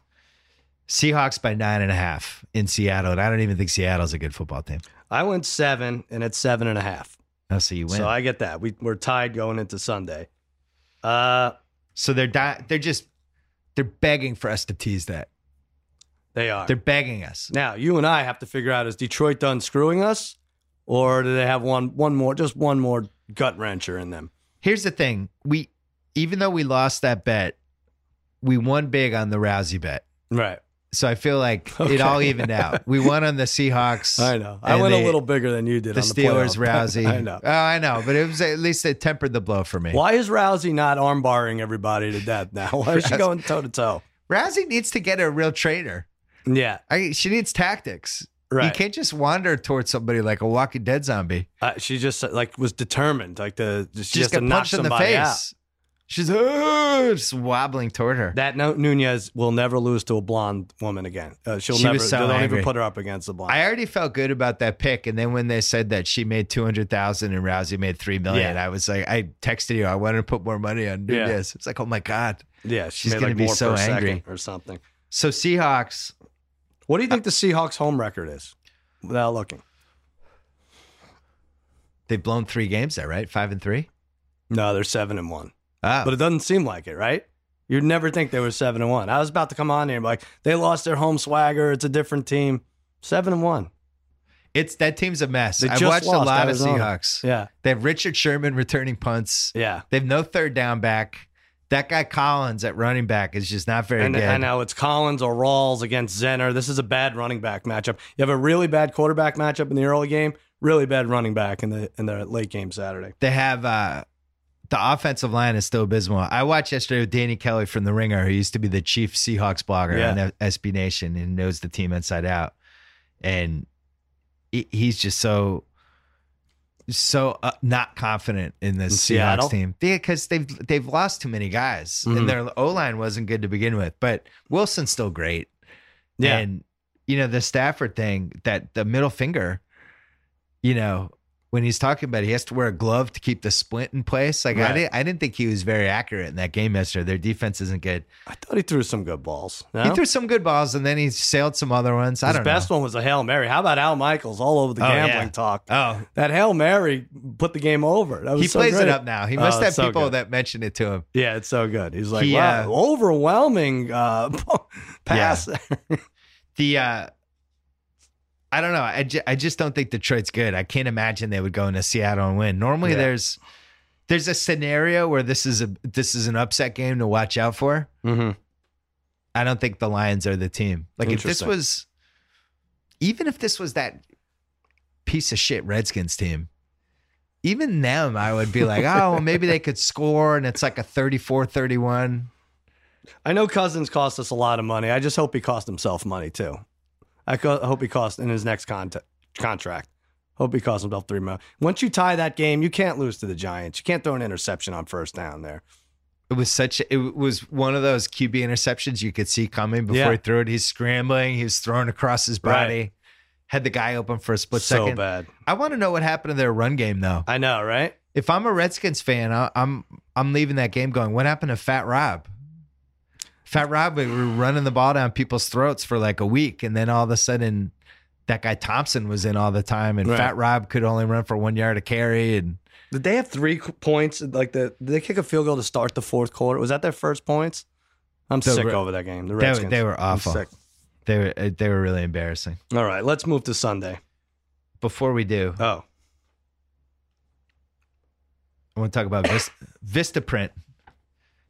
A: Seahawks by nine and a half in Seattle, and I don't even think Seattle's a good football team.
B: I went seven, and it's seven and a half.
A: Oh, so you win.
B: So
A: So,
B: I get that. We we're tied going into Sunday. Uh,
A: they're di- they're just they're begging for us to tease that.
B: they are.
A: They're begging us.
B: now you and I have to figure out: is Detroit done screwing us, or do they have one one more, just one more gut wrencher in them?
A: Here's the thing: we, even though we lost that bet, we won big on the Rousey bet.
B: Right.
A: So I feel like it all
B: Okay.
A: evened out. We won on the Seahawks.
B: I know. I
A: And
B: went
A: the-
B: a little bigger than you did
A: the
B: on the
A: Steelers,
B: playoff.
A: Rousey.
B: I know.
A: Oh, I know, but it was at least it tempered the blow for me.
B: Why is Rousey not armbarring everybody to death now? Why is she
A: Rousey-
B: going toe to toe?
A: Rousey needs to get a real trainer.
B: Yeah.
A: I, she needs tactics. You
B: Right.
A: can't just wander towards somebody like a Walking Dead zombie.
B: Uh, she just like was determined, like to she
A: She just
B: has to
A: get
B: knock
A: punched in the
B: somebody
A: face.
B: out.
A: She's "Ugh," just wobbling toward her.
B: That no- Nunez will never lose to a blonde woman again. Uh, she'll
A: She
B: never.
A: was so
B: they don't
A: angry.
B: even put her up against the blonde.
A: I already felt good about that pick, and then when they said that she made two hundred thousand and Rousey made three million, I was like, I texted you, I wanted to put more money on
B: Yeah.
A: Nunez. It's like, oh my god.
B: yeah, she
A: She's
B: made,
A: gonna
B: like,
A: be
B: more
A: so
B: per second
A: angry.
B: or something.
A: So Seahawks,
B: What do you think the Seahawks' home record is? Without looking,
A: they've blown three games there, right? Five and three.
B: no, they're seven and one.
A: Oh,
B: But it doesn't seem like it, right? You'd never think they were seven and one. I was about to come on here, and be like they lost their home swagger. It's a different team. Seven and one.
A: it's that team's a mess.
B: They
A: I've
B: just
A: watched a
B: lost
A: lot
B: Arizona.
A: of Seahawks.
B: Yeah,
A: They have Richard Sherman returning punts.
B: yeah.
A: They have no third down back. That guy Collins at running back is just not very
B: And
A: good.
B: I know it's Collins or Rawls against Zenner. This is a bad running back matchup. You have a really bad quarterback matchup in the early game, really bad running back in the in the late game Saturday.
A: They have uh, the offensive line is still abysmal. I watched yesterday with Danny Kelly from The Ringer, who used to be the chief Seahawks blogger
B: Yeah.
A: on SB Nation and knows the team inside out. And he- he's just so so uh, not confident in this
B: In
A: Seahawks
B: Seattle?
A: team because they've they've lost too many guys
B: Mhm.
A: and their O line wasn't good to begin with. But Wilson's still great.
B: Yeah,
A: And you know, the Stafford thing, that the middle finger, you know, when he's talking about it, he has to wear a glove to keep the splint in place. Like
B: Right.
A: I didn't I didn't think he was very accurate in that game yesterday. Their defense isn't good.
B: I thought he threw some good balls. No?
A: He threw some good balls and then he sailed some other ones. I
B: His
A: don't
B: best one was a hail mary. How about Al Michaels all over the
A: Oh,
B: gambling
A: yeah.
B: talk?
A: know. Oh.
B: That hail mary put the game over. That was
A: He
B: so
A: plays it
B: great.
A: up now. He
B: Oh,
A: must have
B: it's so
A: people
B: good.
A: that mention it to him.
B: Yeah, it's so good. He's like,
A: He,
B: wow,
A: uh,
B: overwhelming uh, pass.
A: The uh I don't know. I, ju- I just don't think Detroit's good. I can't imagine they would go into Seattle and win. Normally
B: Yeah.
A: there's there's a scenario where this is a this is an upset game to watch out for.
B: mm-hmm.
A: I don't think the Lions are the team. Like if this
B: Interesting.
A: was, even if this was that piece of shit Redskins team, even them, I would be like, oh, well, maybe they could score and it's like a 34 31.
B: I know Cousins cost us a lot of money. I just hope he cost himself money too. I co- hope he cost in his next conta- contract. Hope he cost himself three million. Once you tie that game, you can't lose to the Giants. You can't throw an interception on first down there.
A: It was such, it was one of those QB interceptions you could see coming before
B: Yeah.
A: he threw it. He's scrambling, he's thrown across his
B: Right.
A: body, had the guy open for a split
B: so
A: second.
B: bad.
A: I want to know what happened to their run game though.
B: I know, right?
A: If I'm a Redskins fan, I, I'm I'm leaving that game going. What happened to Fat Rob? Fat Rob, we were running the ball down people's throats for like a week, and then all of a sudden, that guy Thompson was in all the time, and
B: Right.
A: Fat Rob could only run for one yard a carry, and
B: Did they have three qu- points? Like the did they kick a field goal to start the fourth quarter? Was that their first points? I'm
A: The
B: sick
A: Re-
B: over that game. The
A: they,
B: Redskins.
A: they were
B: I'm
A: awful.
B: sick.
A: They were uh, they were really embarrassing.
B: All right, let's move to Sunday.
A: Before we do,
B: Oh,
A: I want to talk about Vis- Vistaprint.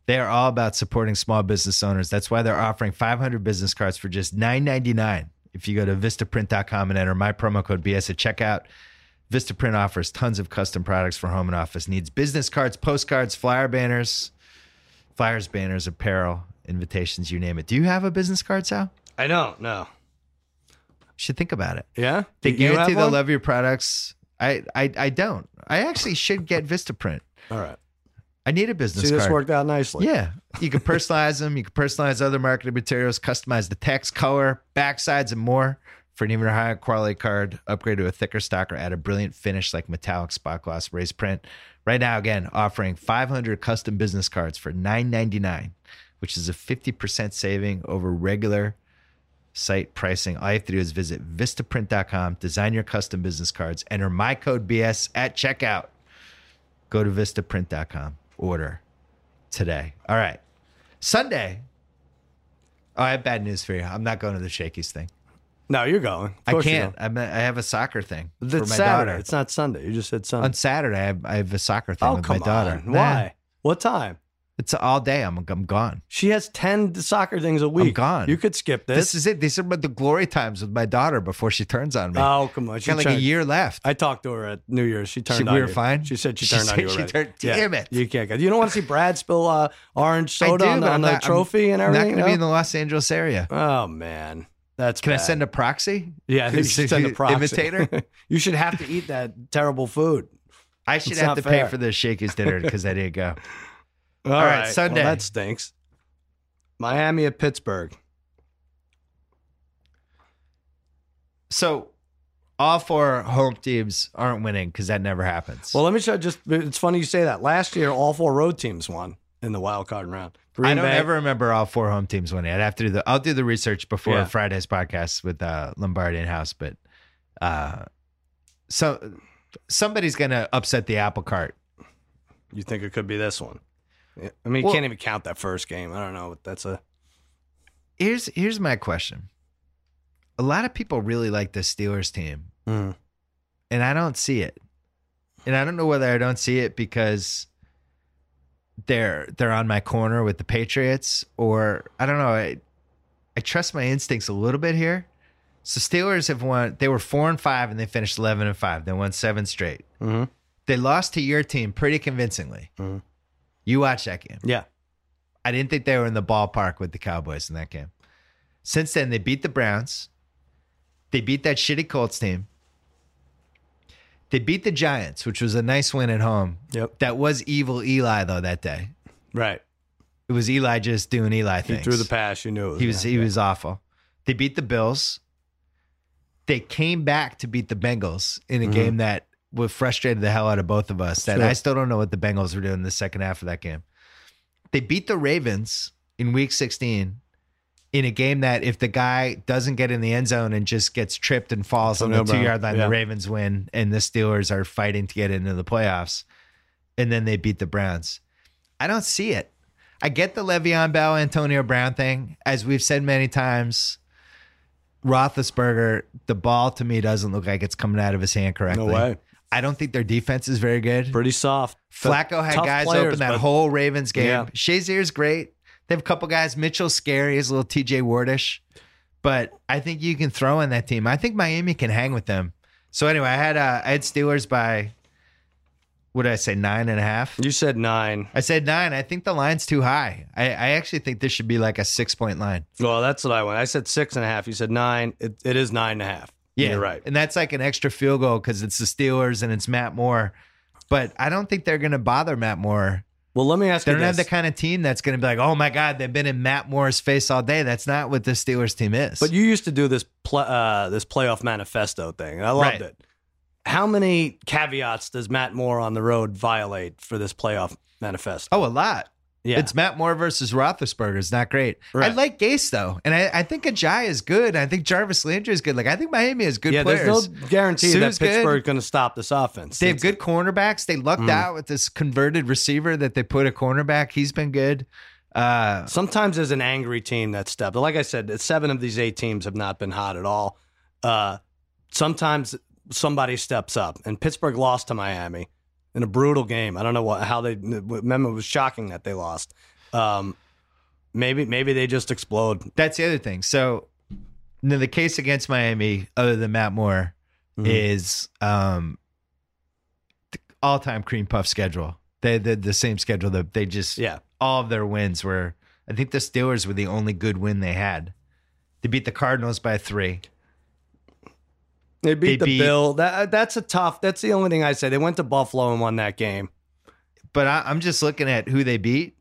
A: They are all about supporting small business owners. That's why they're offering 500 business cards for just $9.99. If you go to vistaprint.com and enter my promo code BS at checkout, Vistaprint offers tons of custom products for home and office needs business cards, postcards, flyer banners, flyers, banners, apparel, invitations, you name it. Do you have a business card, Sal?
B: I don't know.
A: You should think about it.
B: Yeah,
A: They
B: You- you have
A: guarantee they'll
B: one?
A: love your products. I, I, I don't. I actually should get Vistaprint.
B: All right.
A: I need a business
B: See,
A: card.
B: this worked out nicely.
A: Yeah. You can personalize them. You can personalize other marketing materials, customize the text, color, backsides, and more. For an even higher quality card, upgrade to a thicker stock or add a brilliant finish like metallic spot gloss raised print. Right now, again, offering 500 custom business cards for $9.99, which is a 50% saving over regular site pricing. All you have to do is visit vistaprint.com, design your custom business cards, enter my code BS at checkout. Go to vistaprint.com, order today. All right. Sunday. Oh, I have bad news for you. I'm not going to the Shakey's thing.
B: No, you're going. Of
A: I
B: course you
A: can't. I'm I have a soccer thing
B: go.
A: for
B: It's
A: my
B: Saturday.
A: daughter.
B: It's not Sunday. You just said Sunday.
A: On Saturday, I have, I have a soccer thing
B: oh
A: with
B: come
A: my daughter.
B: on! Why? What time?
A: It's all day. I'm I'm gone.
B: She has 10 soccer things a week.
A: gone.
B: You could skip
A: This,
B: this.
A: is it. These are the glory times with my daughter before she turns on me.
B: oh, come on. She
A: Got like a
B: turned-
A: year left.
B: I talked to her at New Year's. She turned
A: we
B: on
A: were
B: you.
A: fine?
B: She said she
A: She
B: turned on
A: said
B: you
A: she
B: already.
A: turned- damn it.
B: You can't go. You don't want to see Brad spill uh, orange soda
A: I do,
B: on, the-
A: but
B: on
A: I'm
B: the
A: not- I'm
B: trophy and
A: I'm not
B: everything.
A: going to be in
B: no?
A: the Los Angeles area.
B: oh, man. That's
A: Can I
B: bad.
A: send a proxy?
B: Yeah, I think you should send a proxy.
A: Imitator?
B: you should have to eat that terrible food.
A: I should
B: It's
A: have
B: not
A: to
B: fair.
A: pay for the Shakey's dinner because I didn't go.
B: All
A: right, Sunday.
B: Well, that stinks. Miami at Pittsburgh.
A: So all four home teams aren't winning because that never happens.
B: Well, let me show you just. It's funny you say that. Last year, all four road teams won in the wild card round. Green
A: I don't
B: Bay-
A: ever remember all four home teams winning. I'd have to do the. I'll do the research before
B: Yeah.
A: Friday's podcast with uh, Lombardi in house. But uh, so somebody's going to upset the apple cart.
B: You think it could be this one? Yeah, I mean, you
A: Well-
B: can't even count that first game. I don't know. but That's a
A: Here's here's my question. A lot of people really like the Steelers team,
B: Mm-hmm.
A: and I don't see it. And I don't know whether I don't see it because they're they're on my corner with the Patriots, or I don't know. I I trust my instincts a little bit here. So Steelers have won. They were four and five, and they finished eleven and five. They won seven straight.
B: Mhm.
A: They lost to your team pretty convincingly.
B: Mhm.
A: You watched that game.
B: yeah.
A: I didn't think they were in the ballpark with the Cowboys in that game. Since then, they beat the Browns. They beat that shitty Colts team. They beat the Giants, which was a nice win at home.
B: Yep.
A: That was evil Eli though that day.
B: Right.
A: It was Eli just doing Eli
B: He
A: things.
B: threw the pass. You knew it was
A: He was
B: gonna
A: he was awful. They beat the Bills. They came back to beat the Bengals in a game that would frustrated the hell out of both of us. That
B: Mm-hmm. Sure.
A: I still don't know what the Bengals were doing in the second half of that game. They beat the Ravens in week 16 in a game that if the guy doesnn't get in the end zone and just gets tripped and falls on the
B: Antonio
A: two
B: Brown,
A: yard line,
B: yeah.
A: the Ravens win and the Steelers are fighting to get into the playoffs. And then they beat the Browns. I don't see it. I get the Le'Veon Bell, Antonio Brown thing. As we've said many times, Roethlisberger, the ball to me doesn't look like it's coming out of his hand correctly.
B: No way.
A: I don't think their defense is very good.
B: Pretty soft.
A: Flacco had
B: Tough
A: guys
B: players,
A: open that
B: but-
A: whole Ravens game.
B: Yeah.
A: Shazier's great. They have a couple guys. Mitchell's scary. He's a little TJ Wardish. But I think you can throw in that team. I think Miami can hang with them. So anyway, I had uh, I had Steelers by what did I say, nine and a half?
B: You said nine.
A: I said nine. I think the line's too high. I, I actually think this should be like a six point line.
B: Well, that's what I went. I said six and a half. You said nine. It, it is nine and a half. You're right.
A: And that's like an extra field goal because it's the Steelers and it's Matt Moore. But I don't think they're going to bother Matt Moore.
B: Well, let me ask
A: They're
B: you
A: not
B: this.
A: the kind of team that's going to be like, oh my God, they've been in Matt Moore's face all day. That's not what the Steelers team is.
B: But you used to do this pl- uh, this playoff manifesto thing, and I loved
A: Right.
B: it. How many caveats does Matt Moore on the road violate for this playoff manifesto?
A: oh, a lot.
B: yeah,
A: It's Matt Moore versus Roethlisberger. It's not great.
B: Right.
A: I like Gase though, and I, I think Ajay is good. I think Jarvis Landry is good. Like I think Miami is good
B: yeah.
A: players.
B: There's no guarantee
A: Sue's
B: that
A: good.
B: Pittsburgh's going to stop this offense.
A: They have
B: It's-
A: good cornerbacks. They lucked out with this converted receiver that they put a cornerback. He's been good. Uh,
B: Sometimes there's an angry team that steps. Like I said, seven of these eight teams have not been hot at all. Uh, sometimes somebody steps up, and Pittsburgh lost to Miami in a brutal game. I don't know what, how they. Remember, it was shocking that they lost. Um, maybe maybe they just explode.
A: that's the other thing. So, now the case against Miami, other than Matt Moore, is um, all time cream puff schedule. They did the same schedule that they just
B: Yeah,
A: all of their wins were. I think the Steelers were the only good win they had. They beat the Cardinals by three.
B: they beat
A: They
B: the
A: beat-
B: Bill. That that's a tough. That's the only thing I say. They went to Buffalo and won that game.
A: But I, I'm just looking at who they beat.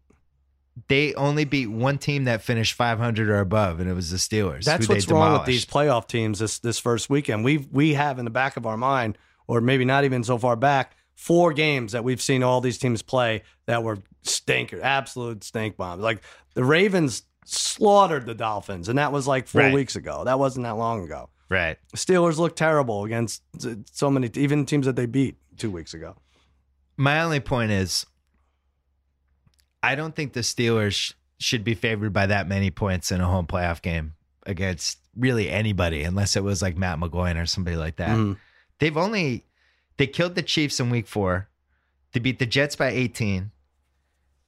A: They only beat one team that finished 500 or above, and it was the Steelers.
B: That's
A: who they
B: what's wrong with these
A: demolished.
B: playoff teams this this first weekend. We we have in the back of our mind, or maybe not even so far back, four games that we've seen all these teams play that were stinker, absolute stink bombs. Like the Ravens slaughtered the Dolphins, and that was like four
A: Right.
B: weeks ago. That wasn't that long ago.
A: Right.
B: Steelers looked terrible against uh, so many, even teams that they beat two weeks ago.
A: My only point is, I don't think the Steelers sh- should be favored by that many points in a home playoff game against really anybody, unless it was like Matt McGloin or somebody like that.
B: Mhm.
A: They've only they killed the Chiefs in Week Four. They beat the Jets by 18. They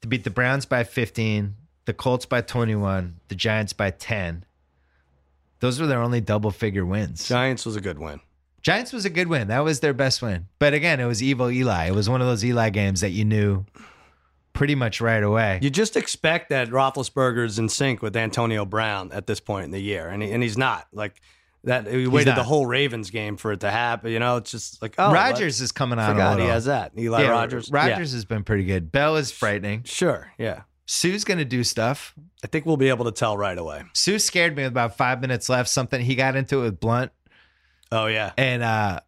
A: to beat the Browns by 15, the Colts by 21, the Giants by 10. Those were their only double figure wins.
B: Giants was a good win.
A: Giants was a good win. That was their best win. But again, it was evil Eli. It was one of those Eli games that you knew pretty much right away.
B: You just expect that Roethlisberger's in sync with Antonio Brown at this point in the year, and he, and he's not. Like that, he waited
A: not.
B: the whole Ravens game for it to happen. You know, it's just like oh,
A: Rodgers is coming
B: I
A: on a
B: forgot
A: little.
B: he has that. Eli
A: Yeah,
B: Rodgers.
A: Rodgers has been pretty good. Bell is frightening.
B: Yeah. Sure. Yeah.
A: Sue's going to do stuff.
B: I think we'll be able to tell right away.
A: Sue scared me with about five minutes left. Something he got into it with Blunt,
B: Oh yeah.
A: and uh,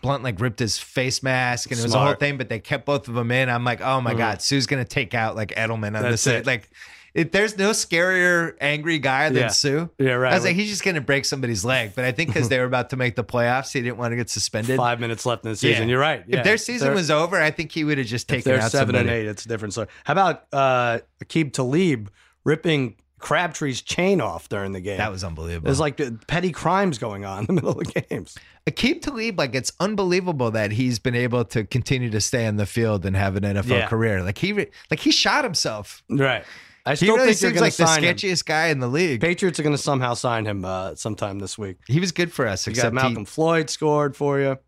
A: Blunt like ripped his face mask, and it was a
B: Smart.
A: whole thing. But they kept both of them in. I'm like, oh my
B: Mhm.
A: god, Sue's going to take out like Edelman on
B: That's
A: this.
B: it.
A: Like, if there's no scarier angry guy than
B: Yeah.
A: Sue.
B: Yeah. Right.
A: I was like, he's just going to break somebody's leg. But I think because they were about to make the playoffs, he didn't want to get suspended.
B: five minutes left in the season.
A: Yeah.
B: You're right. Yeah.
A: If their season
B: They're-
A: was over, I think he would have just
B: If
A: taken
B: they're
A: out
B: seven
A: somebody.
B: and eight, it's a different story. How about uh, Akib Talib ripping Crabtree's chain off during the game?
A: That was unbelievable.
B: There's like the petty crimes going on in the middle of the games.
A: Akeem Talib, like it's unbelievable that he's been able to continue to stay on the field and have an NFL
B: Yeah.
A: career. Like he, re- like he shot himself.
B: Right. I
A: He
B: still
A: really
B: think they're
A: seems
B: going
A: like
B: to
A: the
B: sign him.
A: sketchiest guy in the league.
B: Patriots are going to somehow sign him uh, sometime this week.
A: He was good for us,
B: You
A: except
B: got Malcolm
A: He,
B: Floyd scored for you.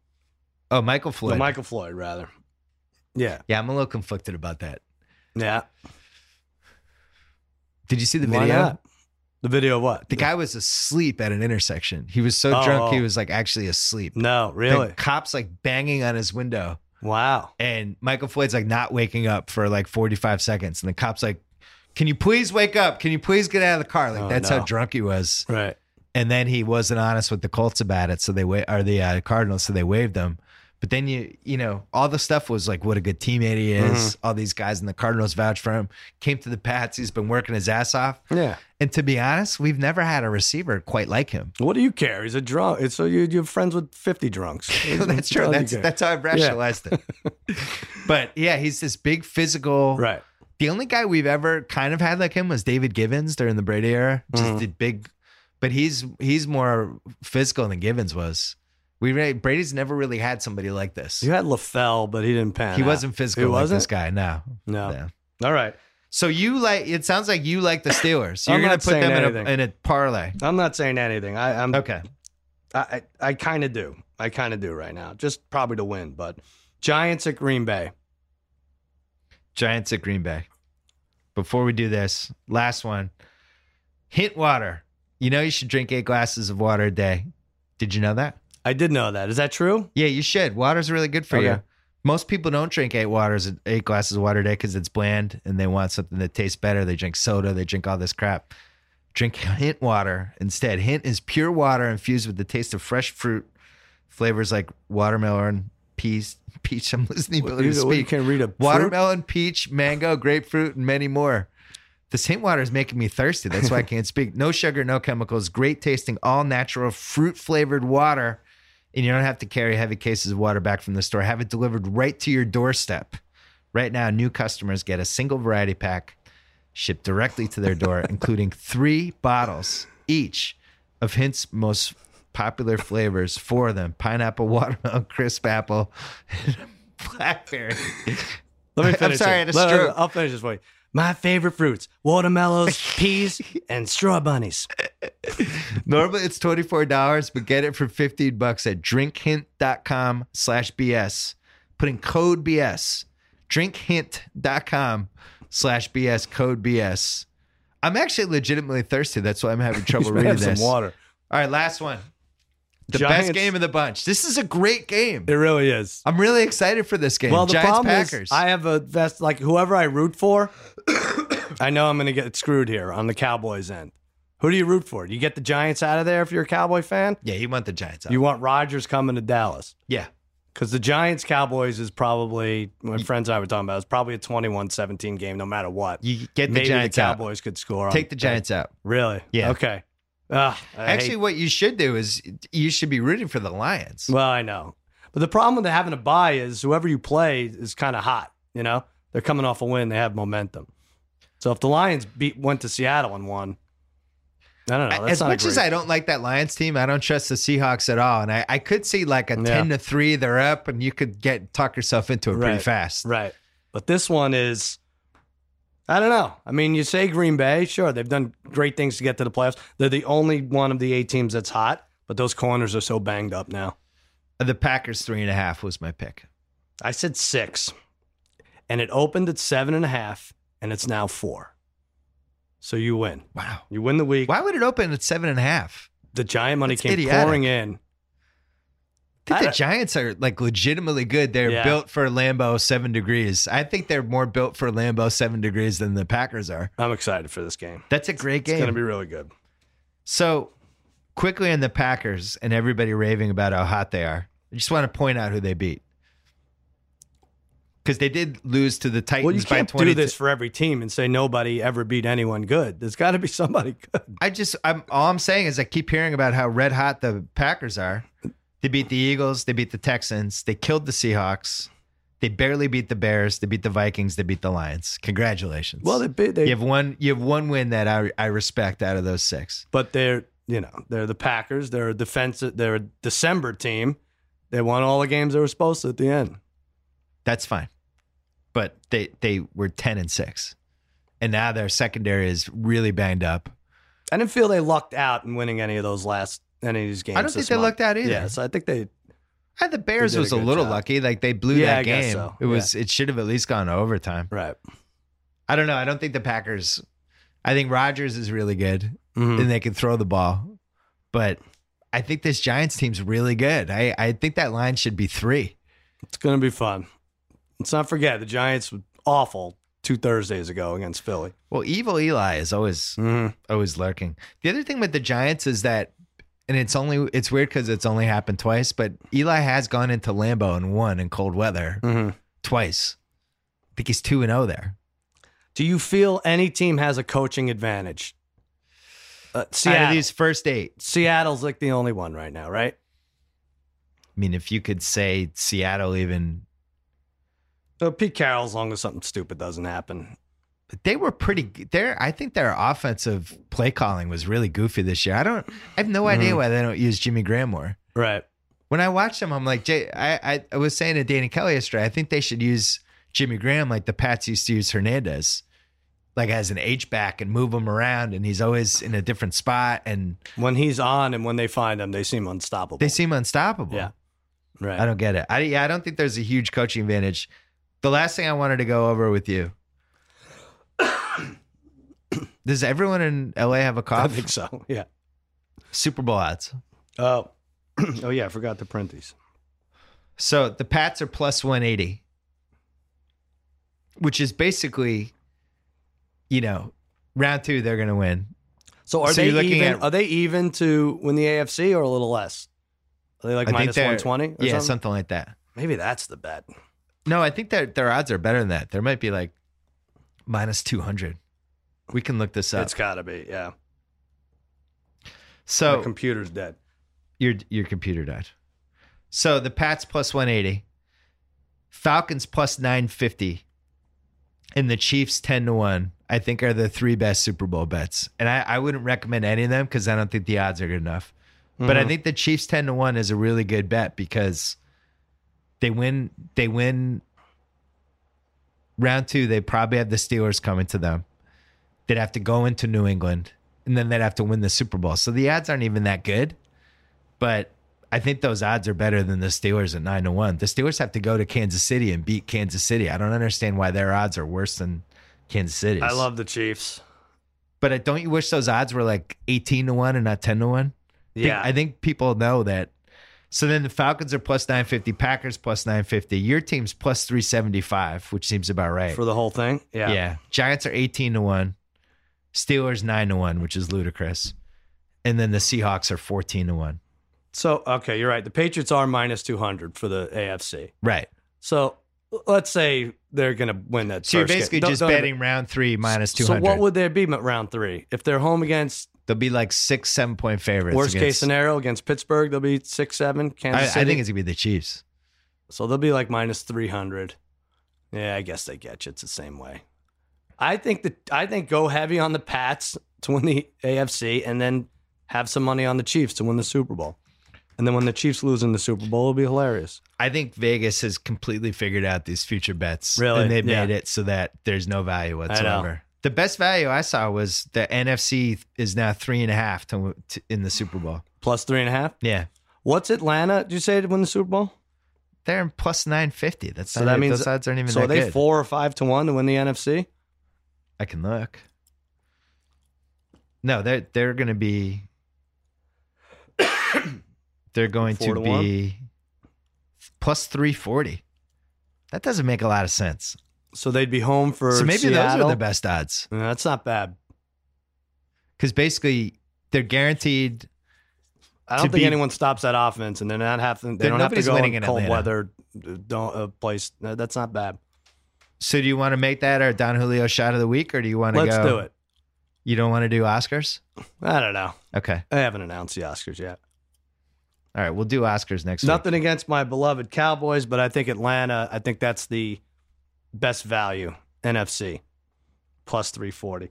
A: oh Michael
B: No,
A: Floyd.
B: Michael Floyd, rather. Yeah.
A: yeah, I'm a little conflicted about that.
B: Yeah.
A: Did you see the
B: Why
A: video?
B: not? The video of what?
A: The guy was asleep at an intersection. He was so
B: Oh.
A: drunk he was like actually asleep.
B: No, really?
A: The cops like banging on his window,
B: Wow.
A: and Michael Floyd's like not waking up for like 45 seconds, and the cops like. Can you please wake up? Can you please get out of the car? Like
B: Oh,
A: that's how
B: no.
A: drunk he was.
B: Right.
A: and then he wasn't honest with the Colts about it, so they wa- or the uh, Cardinals, so they waived him. But then you you know all the stuff was like what a good teammate he is. All these guys in the Cardinals vouch for him. Came to the Pats, he's been working his ass off.
B: Yeah.
A: And to be honest, we've never had a receiver quite like him.
B: What do you care? He's a drunk. It's, so you, you're friends with 50 drunks.
A: that's true.
B: All you
A: That's
B: care.
A: that's how I've rationalized it. but yeah, he's this big physical.
B: right.
A: The only guy we've ever kind of had like him was David Givens during the Brady era. Just
B: Mhm.
A: did big, but he's he's more physical than Givens was. We re- Brady's never really had somebody like this.
B: You had LaFell, but he didn't pan.
A: He
B: out.
A: wasn't physical
B: He
A: like
B: wasn't?
A: this guy. No.
B: No.
A: No.
B: All right.
A: So you like? It sounds like you like the Steelers.
B: I'm
A: You're gonna
B: not
A: put
B: saying
A: them in a,
B: anything.
A: in a parlay.
B: I'm not saying anything. I, I'm.
A: Okay.
B: I, I, I kind of do. I kind of do right now. Just probably to win, but Giants at Green Bay.
A: Giants at Green Bay. Before we do this, last one. Hint water. You know you should drink eight glasses of water a day. Did you know that?
B: I did know that. Is that true?
A: Yeah, you should. Water's really good for
B: Okay.
A: you. Most people don't drink eight waters, eight glasses of water a day because it's bland and they want something that tastes better. They drink soda, they drink all this crap. Drink hint water instead. Hint is pure water infused with the taste of fresh fruit, flavors like watermelon, peach, peach. I'm losing the ability
B: you,
A: to
B: you
A: speak.
B: can read a fruit?
A: Watermelon, peach, mango, grapefruit, and many more. This hint water is making me thirsty. That's why I can't speak. No sugar, no chemicals. Great tasting, all natural, fruit flavored water. And you don't have to carry heavy cases of water back from the store. Have it delivered right to your doorstep. Right now, new customers get a single variety pack shipped directly to their door, including three bottles each of Hint's most popular flavors for them pineapple, watermelon, crisp apple, and blackberry.
B: Let me
A: I'm
B: finish.
A: sorry, I
B: it.
A: had a
B: Let-
A: stroke.
B: I'll finish this for you. My favorite fruits: watermelons, peas, and straw bunnies.
A: Normally it's twenty four dollars, but get it for fifteen bucks at drinkhint.com slash BS. Put in code BS. Drinkhint.com slash BS code BS. I'm actually legitimately thirsty. That's why I'm having trouble
B: Should
A: reading
B: have some
A: this. All
B: water.
A: right, last one. The
B: Giants-
A: best game of the bunch. This is a great game.
B: It really is.
A: I'm really excited for this game.
B: Well, the
A: Giants
B: problem
A: Packers.
B: is I have a vest. Like whoever I root for, I know I'm going to get screwed here on the Cowboys end. Who do you root for? Do you get the Giants out of there if you're a Cowboy fan?
A: yeah, you want the Giants out.
B: You want Rodgers coming to Dallas
A: yeah.
B: because the Giants Cowboys is probably my friends and I were talking about. It's probably a 21-17 game no matter what.
A: You get the
B: Maybe
A: Giants
B: the
A: out.
B: Cowboys could score. on-
A: Take the Giants out.
B: Really?
A: Yeah.
B: Okay. Ugh, I hate-
A: Actually, what you should do is you should be rooting for the Lions.
B: well, I know, but the problem with having a buy is whoever you play is kind of hot. You know, they're coming off a win; they have momentum. So if the Lions beat went to Seattle and won, I don't know. Oh, That's
A: as
B: not a
A: much as
B: great-
A: I don't like that Lions team, I don't trust the Seahawks at all. And I, I could see like a ten to three, they're up, and you could get talk yourself into it pretty
B: Right.
A: fast.
B: right, but this one is I don't know. I mean, you say Green Bay, sure, they've done great things to get to the playoffs. They're the only one of the eight teams that's hot, but those corners are so banged up now.
A: The Packers three and a half was my pick.
B: I said six, and it opened at seven and a half, and it's now four. So you win.
A: Wow.
B: You win the week.
A: Why would it open at seven and a half?
B: The giant money
A: That's
B: came
A: idiotic.
B: pouring in.
A: I think
B: I
A: the
B: don't-
A: Giants are like legitimately good. They're
B: Yeah.
A: built for Lambeau seven degrees. I think they're more built for Lambeau seven degrees than the Packers are.
B: I'm excited for this game.
A: That's a great
B: It's
A: game.
B: going to be really good.
A: So quickly on the Packers and everybody raving about how hot they are. I just want to point out who they beat. Because they did lose to the Titans
B: Well, you
A: by
B: can't
A: 20.
B: do this for every team and say nobody ever beat anyone good. There's got to be somebody good.
A: I just I'm all I'm saying is I keep hearing about how red hot the Packers are. They beat the Eagles, they beat the Texans, they killed the Seahawks, they barely beat the Bears, they beat the Vikings, they beat the Lions. Congratulations.
B: Well, they beat. They,
A: you have one you have one win that I I respect out of those six.
B: but they're you know they're the Packers. They're a defensive. They're a December team. They won all the games they were supposed to at the end.
A: That's fine. But they they were 10 and 6. And now their secondary is really banged up.
B: I didn't feel they lucked out in winning any of those last any of these games.
A: I don't think
B: this
A: they
B: month.
A: lucked out either.
B: Yeah, so I think they.
A: Ah, the Bears
B: They did a
A: was a,
B: good
A: little
B: job.
A: lucky. Like they blew
B: Yeah,
A: that
B: I guess
A: game.
B: so.
A: It was it should have at least gone to overtime.
B: Right.
A: I don't know. I don't think the Packers. I think Rodgers is really good
B: Mhm.
A: and they can throw the ball, but I think this Giants team's really good. I, I think that line should be three.
B: It's going to be fun. Let's not forget the Giants were awful two Thursdays ago against Philly.
A: Well, evil Eli is always
B: Mhm.
A: always lurking. The other thing with the Giants is that, and it's only it's weird because it's only happened twice, but Eli has gone into Lambeau and won in cold weather
B: Mhm.
A: twice. I think he's two and zero there.
B: Do you feel any team has a coaching advantage? Uh,
A: Out of
B: Seattle.
A: these first eight,
B: Seattle's like the only one right now, right?
A: I mean, if you could say Seattle even
B: So Pete Carroll, as long as something stupid doesn't happen.
A: But they were pretty there i think their offensive play calling was really goofy this year i don't i have no idea why they don't use jimmy graham more
B: Right.
A: when i watch them i'm like Jay, I, I, I was saying to danny kelly yesterday i think they should use jimmy graham like the pats used to use hernandez like as an h-back and move him around and he's always in a different spot and
B: When he's on and when they find him, they seem unstoppable.
A: they seem unstoppable
B: Yeah. right.
A: i don't get it i yeah i don't think there's a huge coaching advantage the last thing i wanted to go over with you does everyone in la have a
B: I
A: cough
B: think so. Yeah.
A: super bowl odds
B: Oh. oh yeah, I forgot to print these.
A: So the Pats are plus 180, which is basically, you know, round two, they're going to win.
B: So are
A: So
B: they
A: you're looking
B: even?
A: at-
B: are they even to win the AFC or a little less? Are they like
A: I think
B: minus
A: they're-
B: one twenty?
A: yeah,
B: something?
A: something like that.
B: Maybe that's the bet.
A: No, I think that their odds are better than that. There might be like minus 200. We can look this up.
B: It's got to be. Yeah.
A: so
B: the computer's dead.
A: your your computer died. So the Pats plus 180, Falcons plus 950, and the Chiefs 10 to 1, I think are the three best Super Bowl bets. And I, I wouldn't recommend any of them because I don't think the odds are good enough. But I
B: Mhm.
A: think the Chiefs 10 to 1 is a really good bet because they win they win round two, they probably have the Steelers coming to them. They'd have to go into New England and then they'd have to win the Super Bowl. So the odds aren't even that good. But I think those odds are better than the Steelers at nine to one. The Steelers have to go to Kansas City and beat Kansas City. I don't understand why their odds are worse than Kansas City's.
B: I love the Chiefs.
A: but I- don't you wish those odds were like eighteen to one and not ten to one? think-
B: Yeah.
A: I think people know that. So then the Falcons are plus 950, Packers plus 950, your team's plus 375, which seems about right.
B: for the whole thing.
A: yeah. Giants are 18 to 1, Steelers 9 to 1, which is ludicrous. And then the Seahawks are 14 to 1.
B: So okay, you're right. The Patriots are minus two hundred for the AFC.
A: Right.
B: So let's say they're going to win that.
A: So you you're
B: first game.
A: basically
B: Don't-
A: just
B: don't-
A: betting round three minus 200.
B: So what would there be at round three if they're home against
A: They'll be like six, seven point favorites.
B: worst case
A: against-
B: scenario against Pittsburgh? They'll be six seven.
A: I,
B: Kansas City.
A: I think it's going to be the Chiefs.
B: so. They'll be like minus three hundred. Yeah, I guess they get you. It's the same way. I think that I think go heavy on the Pats to win the AFC and then have some money on the Chiefs to win the Super Bowl. And then when the Chiefs lose in the Super Bowl, it'll be hilarious.
A: I think Vegas has completely figured out these future bets.
B: Really?
A: And they
B: Yeah.
A: made it so that there's no value whatsoever. The best value I saw was the NFC is now three and a half to, to, in the Super Bowl.
B: Plus three and a half.
A: Yeah.
B: What's Atlanta? Did you say to win the Super Bowl?
A: They're in plus 950. That's
B: So
A: not,
B: that means-
A: those odds aren't even
B: so
A: that
B: are they
A: good.
B: four or five to one to win the NFC?
A: I can look. No, they're they're going to be. They're going to,
B: Four to one?
A: be plus three forty. That doesn't make a lot of sense.
B: So they'd be home for
A: so maybe those
B: Seattle?
A: are the best odds
B: Yeah, that's not bad.
A: because basically they're guaranteed.
B: I
A: To
B: don't think
A: be-
B: anyone stops that offense, and they're not having. They
A: Then
B: don't have to
A: nobody's
B: go
A: winning
B: in
A: in
B: cold
A: Atlanta.
B: weather. uh, Don't uh, place. no, that's not bad.
A: So do you want to make that our Don Julio shot of the week, or do you want to
B: Let's
A: go?
B: do it.
A: You don't want to do Oscars?
B: I don't know.
A: Okay,
B: I haven't announced the Oscars yet.
A: all right, we'll do Oscars next week.
B: Nothing against my beloved Cowboys, but I think Atlanta. I think that's the best value NFC plus three forty.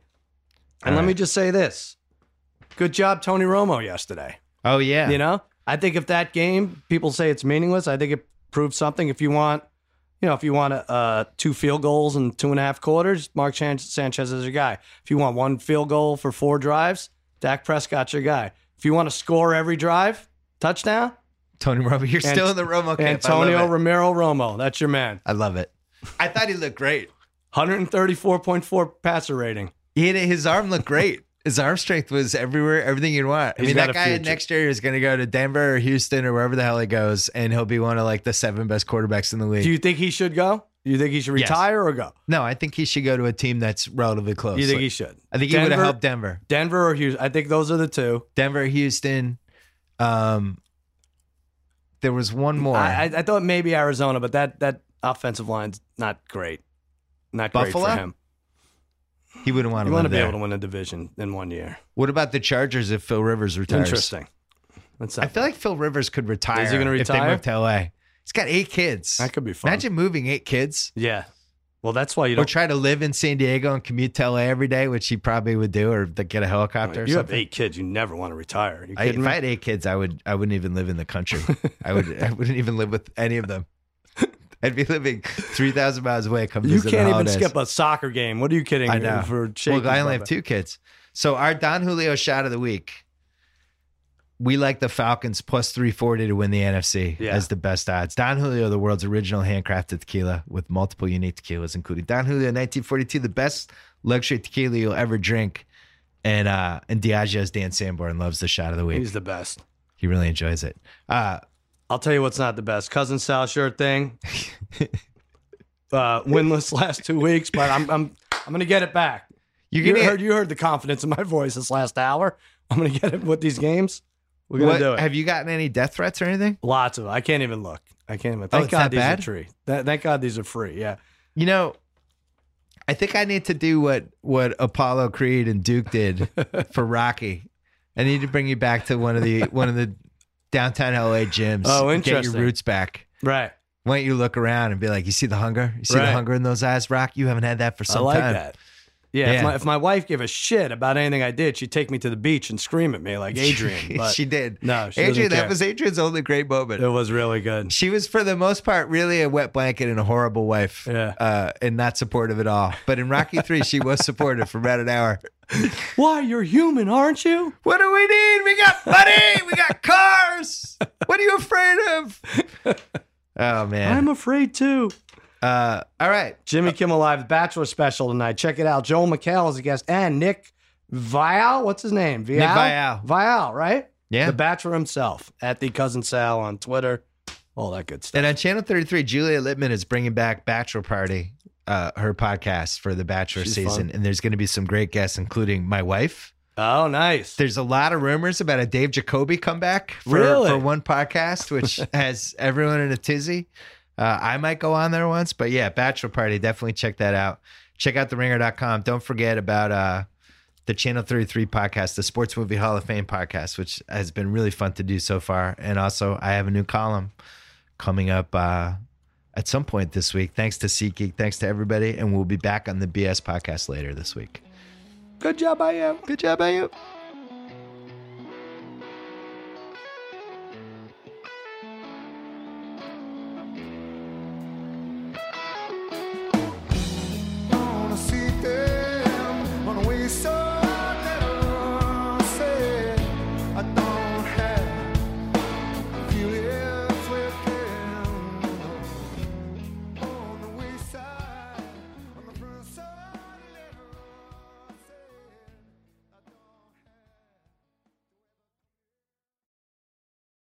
B: And
A: All
B: let me
A: right.
B: just say this: good job, Tony Romo, yesterday.
A: Oh yeah,
B: You know, I think if that game, people say it's meaningless. I think it proves something. If you want, you know, if you want uh, two field goals and two and a half quarters, Mark Chan- Sanchez is your guy. If you want one field goal for four drives, Dak Prescott's your guy. If you want to score every drive, touchdown,
A: Tony Romo, you're still in the Romo camp. I
B: Antonio
A: love it.
B: Romero Romo, that's your man.
A: I love it. I thought he looked great.
B: 134.4 passer rating.
A: He had, his arm looked great. His arm strength was everywhere, everything you'd want. I
B: He's
A: mean,
B: got
A: that
B: a
A: guy
B: future.
A: next year is going to go to Denver or Houston or wherever the hell he goes, and he'll be one of like the seven best quarterbacks in the league.
B: Do you think he should go? Do you think he should
A: Yes.
B: retire or go?
A: no, I think he should go to a team that's relatively close.
B: You think
A: Like,
B: he should?
A: I think he would have
B: Denver-
A: helped Denver,
B: Denver or Houston? I think those are the two.
A: Denver, Houston. Um, there was one more.
B: I, I, I thought maybe Arizona, but that that offensive line's not great. Not
A: Buffalo?
B: great for him.
A: he wouldn't want
B: You
A: to live
B: want to
A: there.
B: be able to win a division in one year.
A: What about the Chargers if Phil Rivers retires?
B: Interesting. That's
A: I feel like Phil Rivers could retire.
B: Is he gonna
A: if they
B: retire?
A: move to LA? He's got eight kids.
B: that could be fun.
A: Imagine moving eight kids.
B: Yeah. Well, that's why you
A: or
B: don't.
A: try to live in San Diego and commute to LA every day, which he probably would do, or to get a helicopter. or
B: you have
A: something.
B: eight kids. You never want to retire. You
A: I,
B: kidding
A: if
B: me?
A: I had eight kids, I would I wouldn't even live in the country. I would I wouldn't even live with any of them. I'd be living three thousand miles away. Come
B: you
A: visit the
B: can't even
A: holidays.
B: skip a soccer game. What are you kidding?
A: I
B: me
A: know.
B: For
A: Well,
B: shaking
A: I
B: from
A: only have
B: it?
A: two kids. So our Don Julio shot of the week. We like the Falcons plus three forty to win the NFC
B: Yeah.
A: as the best odds. Don Julio, the world's original handcrafted tequila with multiple unique tequilas, including Don Julio 1942, the best luxury tequila you'll ever drink. And uh and Diageo's Dan Sanborn loves the shot of the week.
B: He's the best.
A: he really enjoys it. Uh
B: I'll tell you what's not the best. Cousin Sal shirt thing. uh, winless last two weeks, but I'm I'm I'm gonna get it back.
A: you're
B: You
A: gonna
B: heard you heard the confidence in my voice this last hour. I'm gonna get it with these games. We're gonna
A: what-
B: do it.
A: have you gotten any death threats or anything?
B: Lots of. Them. I can't even look. I can't even. Thank
A: it's
B: God
A: that
B: these are
A: bad?
B: free. Th- thank God these are free. Yeah.
A: You know, I think I need to do what what Apollo Creed and Duke did for Rocky. I need to bring you back to one of the one of the downtown LA gyms.
B: Oh,
A: and Get
B: interesting.
A: your roots back.
B: Right.
A: Why don't you look around and be like, you see the hunger? You see
B: Right.
A: the hunger in those eyes, Rock? You haven't had that for some
B: I like
A: time.
B: that. Yeah. If,
A: Yeah.
B: my, if my wife gave a shit about anything I did, she'd take me to the beach and scream at me like Adrian. But
A: she did.
B: no, she
A: Adrian,
B: doesn't
A: that
B: care.
A: was Adrian's only great moment.
B: it was really good.
A: She was, for the most part, really a wet blanket and a horrible wife,
B: Yeah.
A: uh, and not supportive at all. But in Rocky Three, she was supportive for about an hour.
B: Why you're human, aren't you?
A: What do we need? We got money. We got cars. What are you afraid of? Oh
B: I'm
A: man.
B: afraid too.
A: Uh, all right.
B: Jimmy Kimmel Live, the Bachelor special tonight. Check it out. Joel McHale is a guest, and Nick Vial. What's his name? Vial?
A: Vial.
B: Vial, right?
A: Yeah.
B: The Bachelor himself at the Cousin Sal on Twitter. All that good stuff.
A: And on Channel 33, Julia Littman is bringing back Bachelor Party, uh, her podcast for the Bachelor
B: She's
A: season, and there's going to be some great guests, including my wife.
B: Oh, nice.
A: There's a lot of rumors about a Dave Jacoby comeback for,
B: Really?
A: for one podcast, which has everyone in a tizzy. Uh, I might go on there once, but yeah, Bachelor Party, definitely check that out. Check out theringer.com. Don't forget about uh, the Channel 33 podcast, the Sports Movie Hall of Fame podcast, which has been really fun to do so far. And also, I have a new column coming up uh, at some point this week. Thanks to SeatGeek. Thanks to everybody. And we'll be back on the BS podcast later this week.
B: Good job, I am.
A: Good job, Ayub.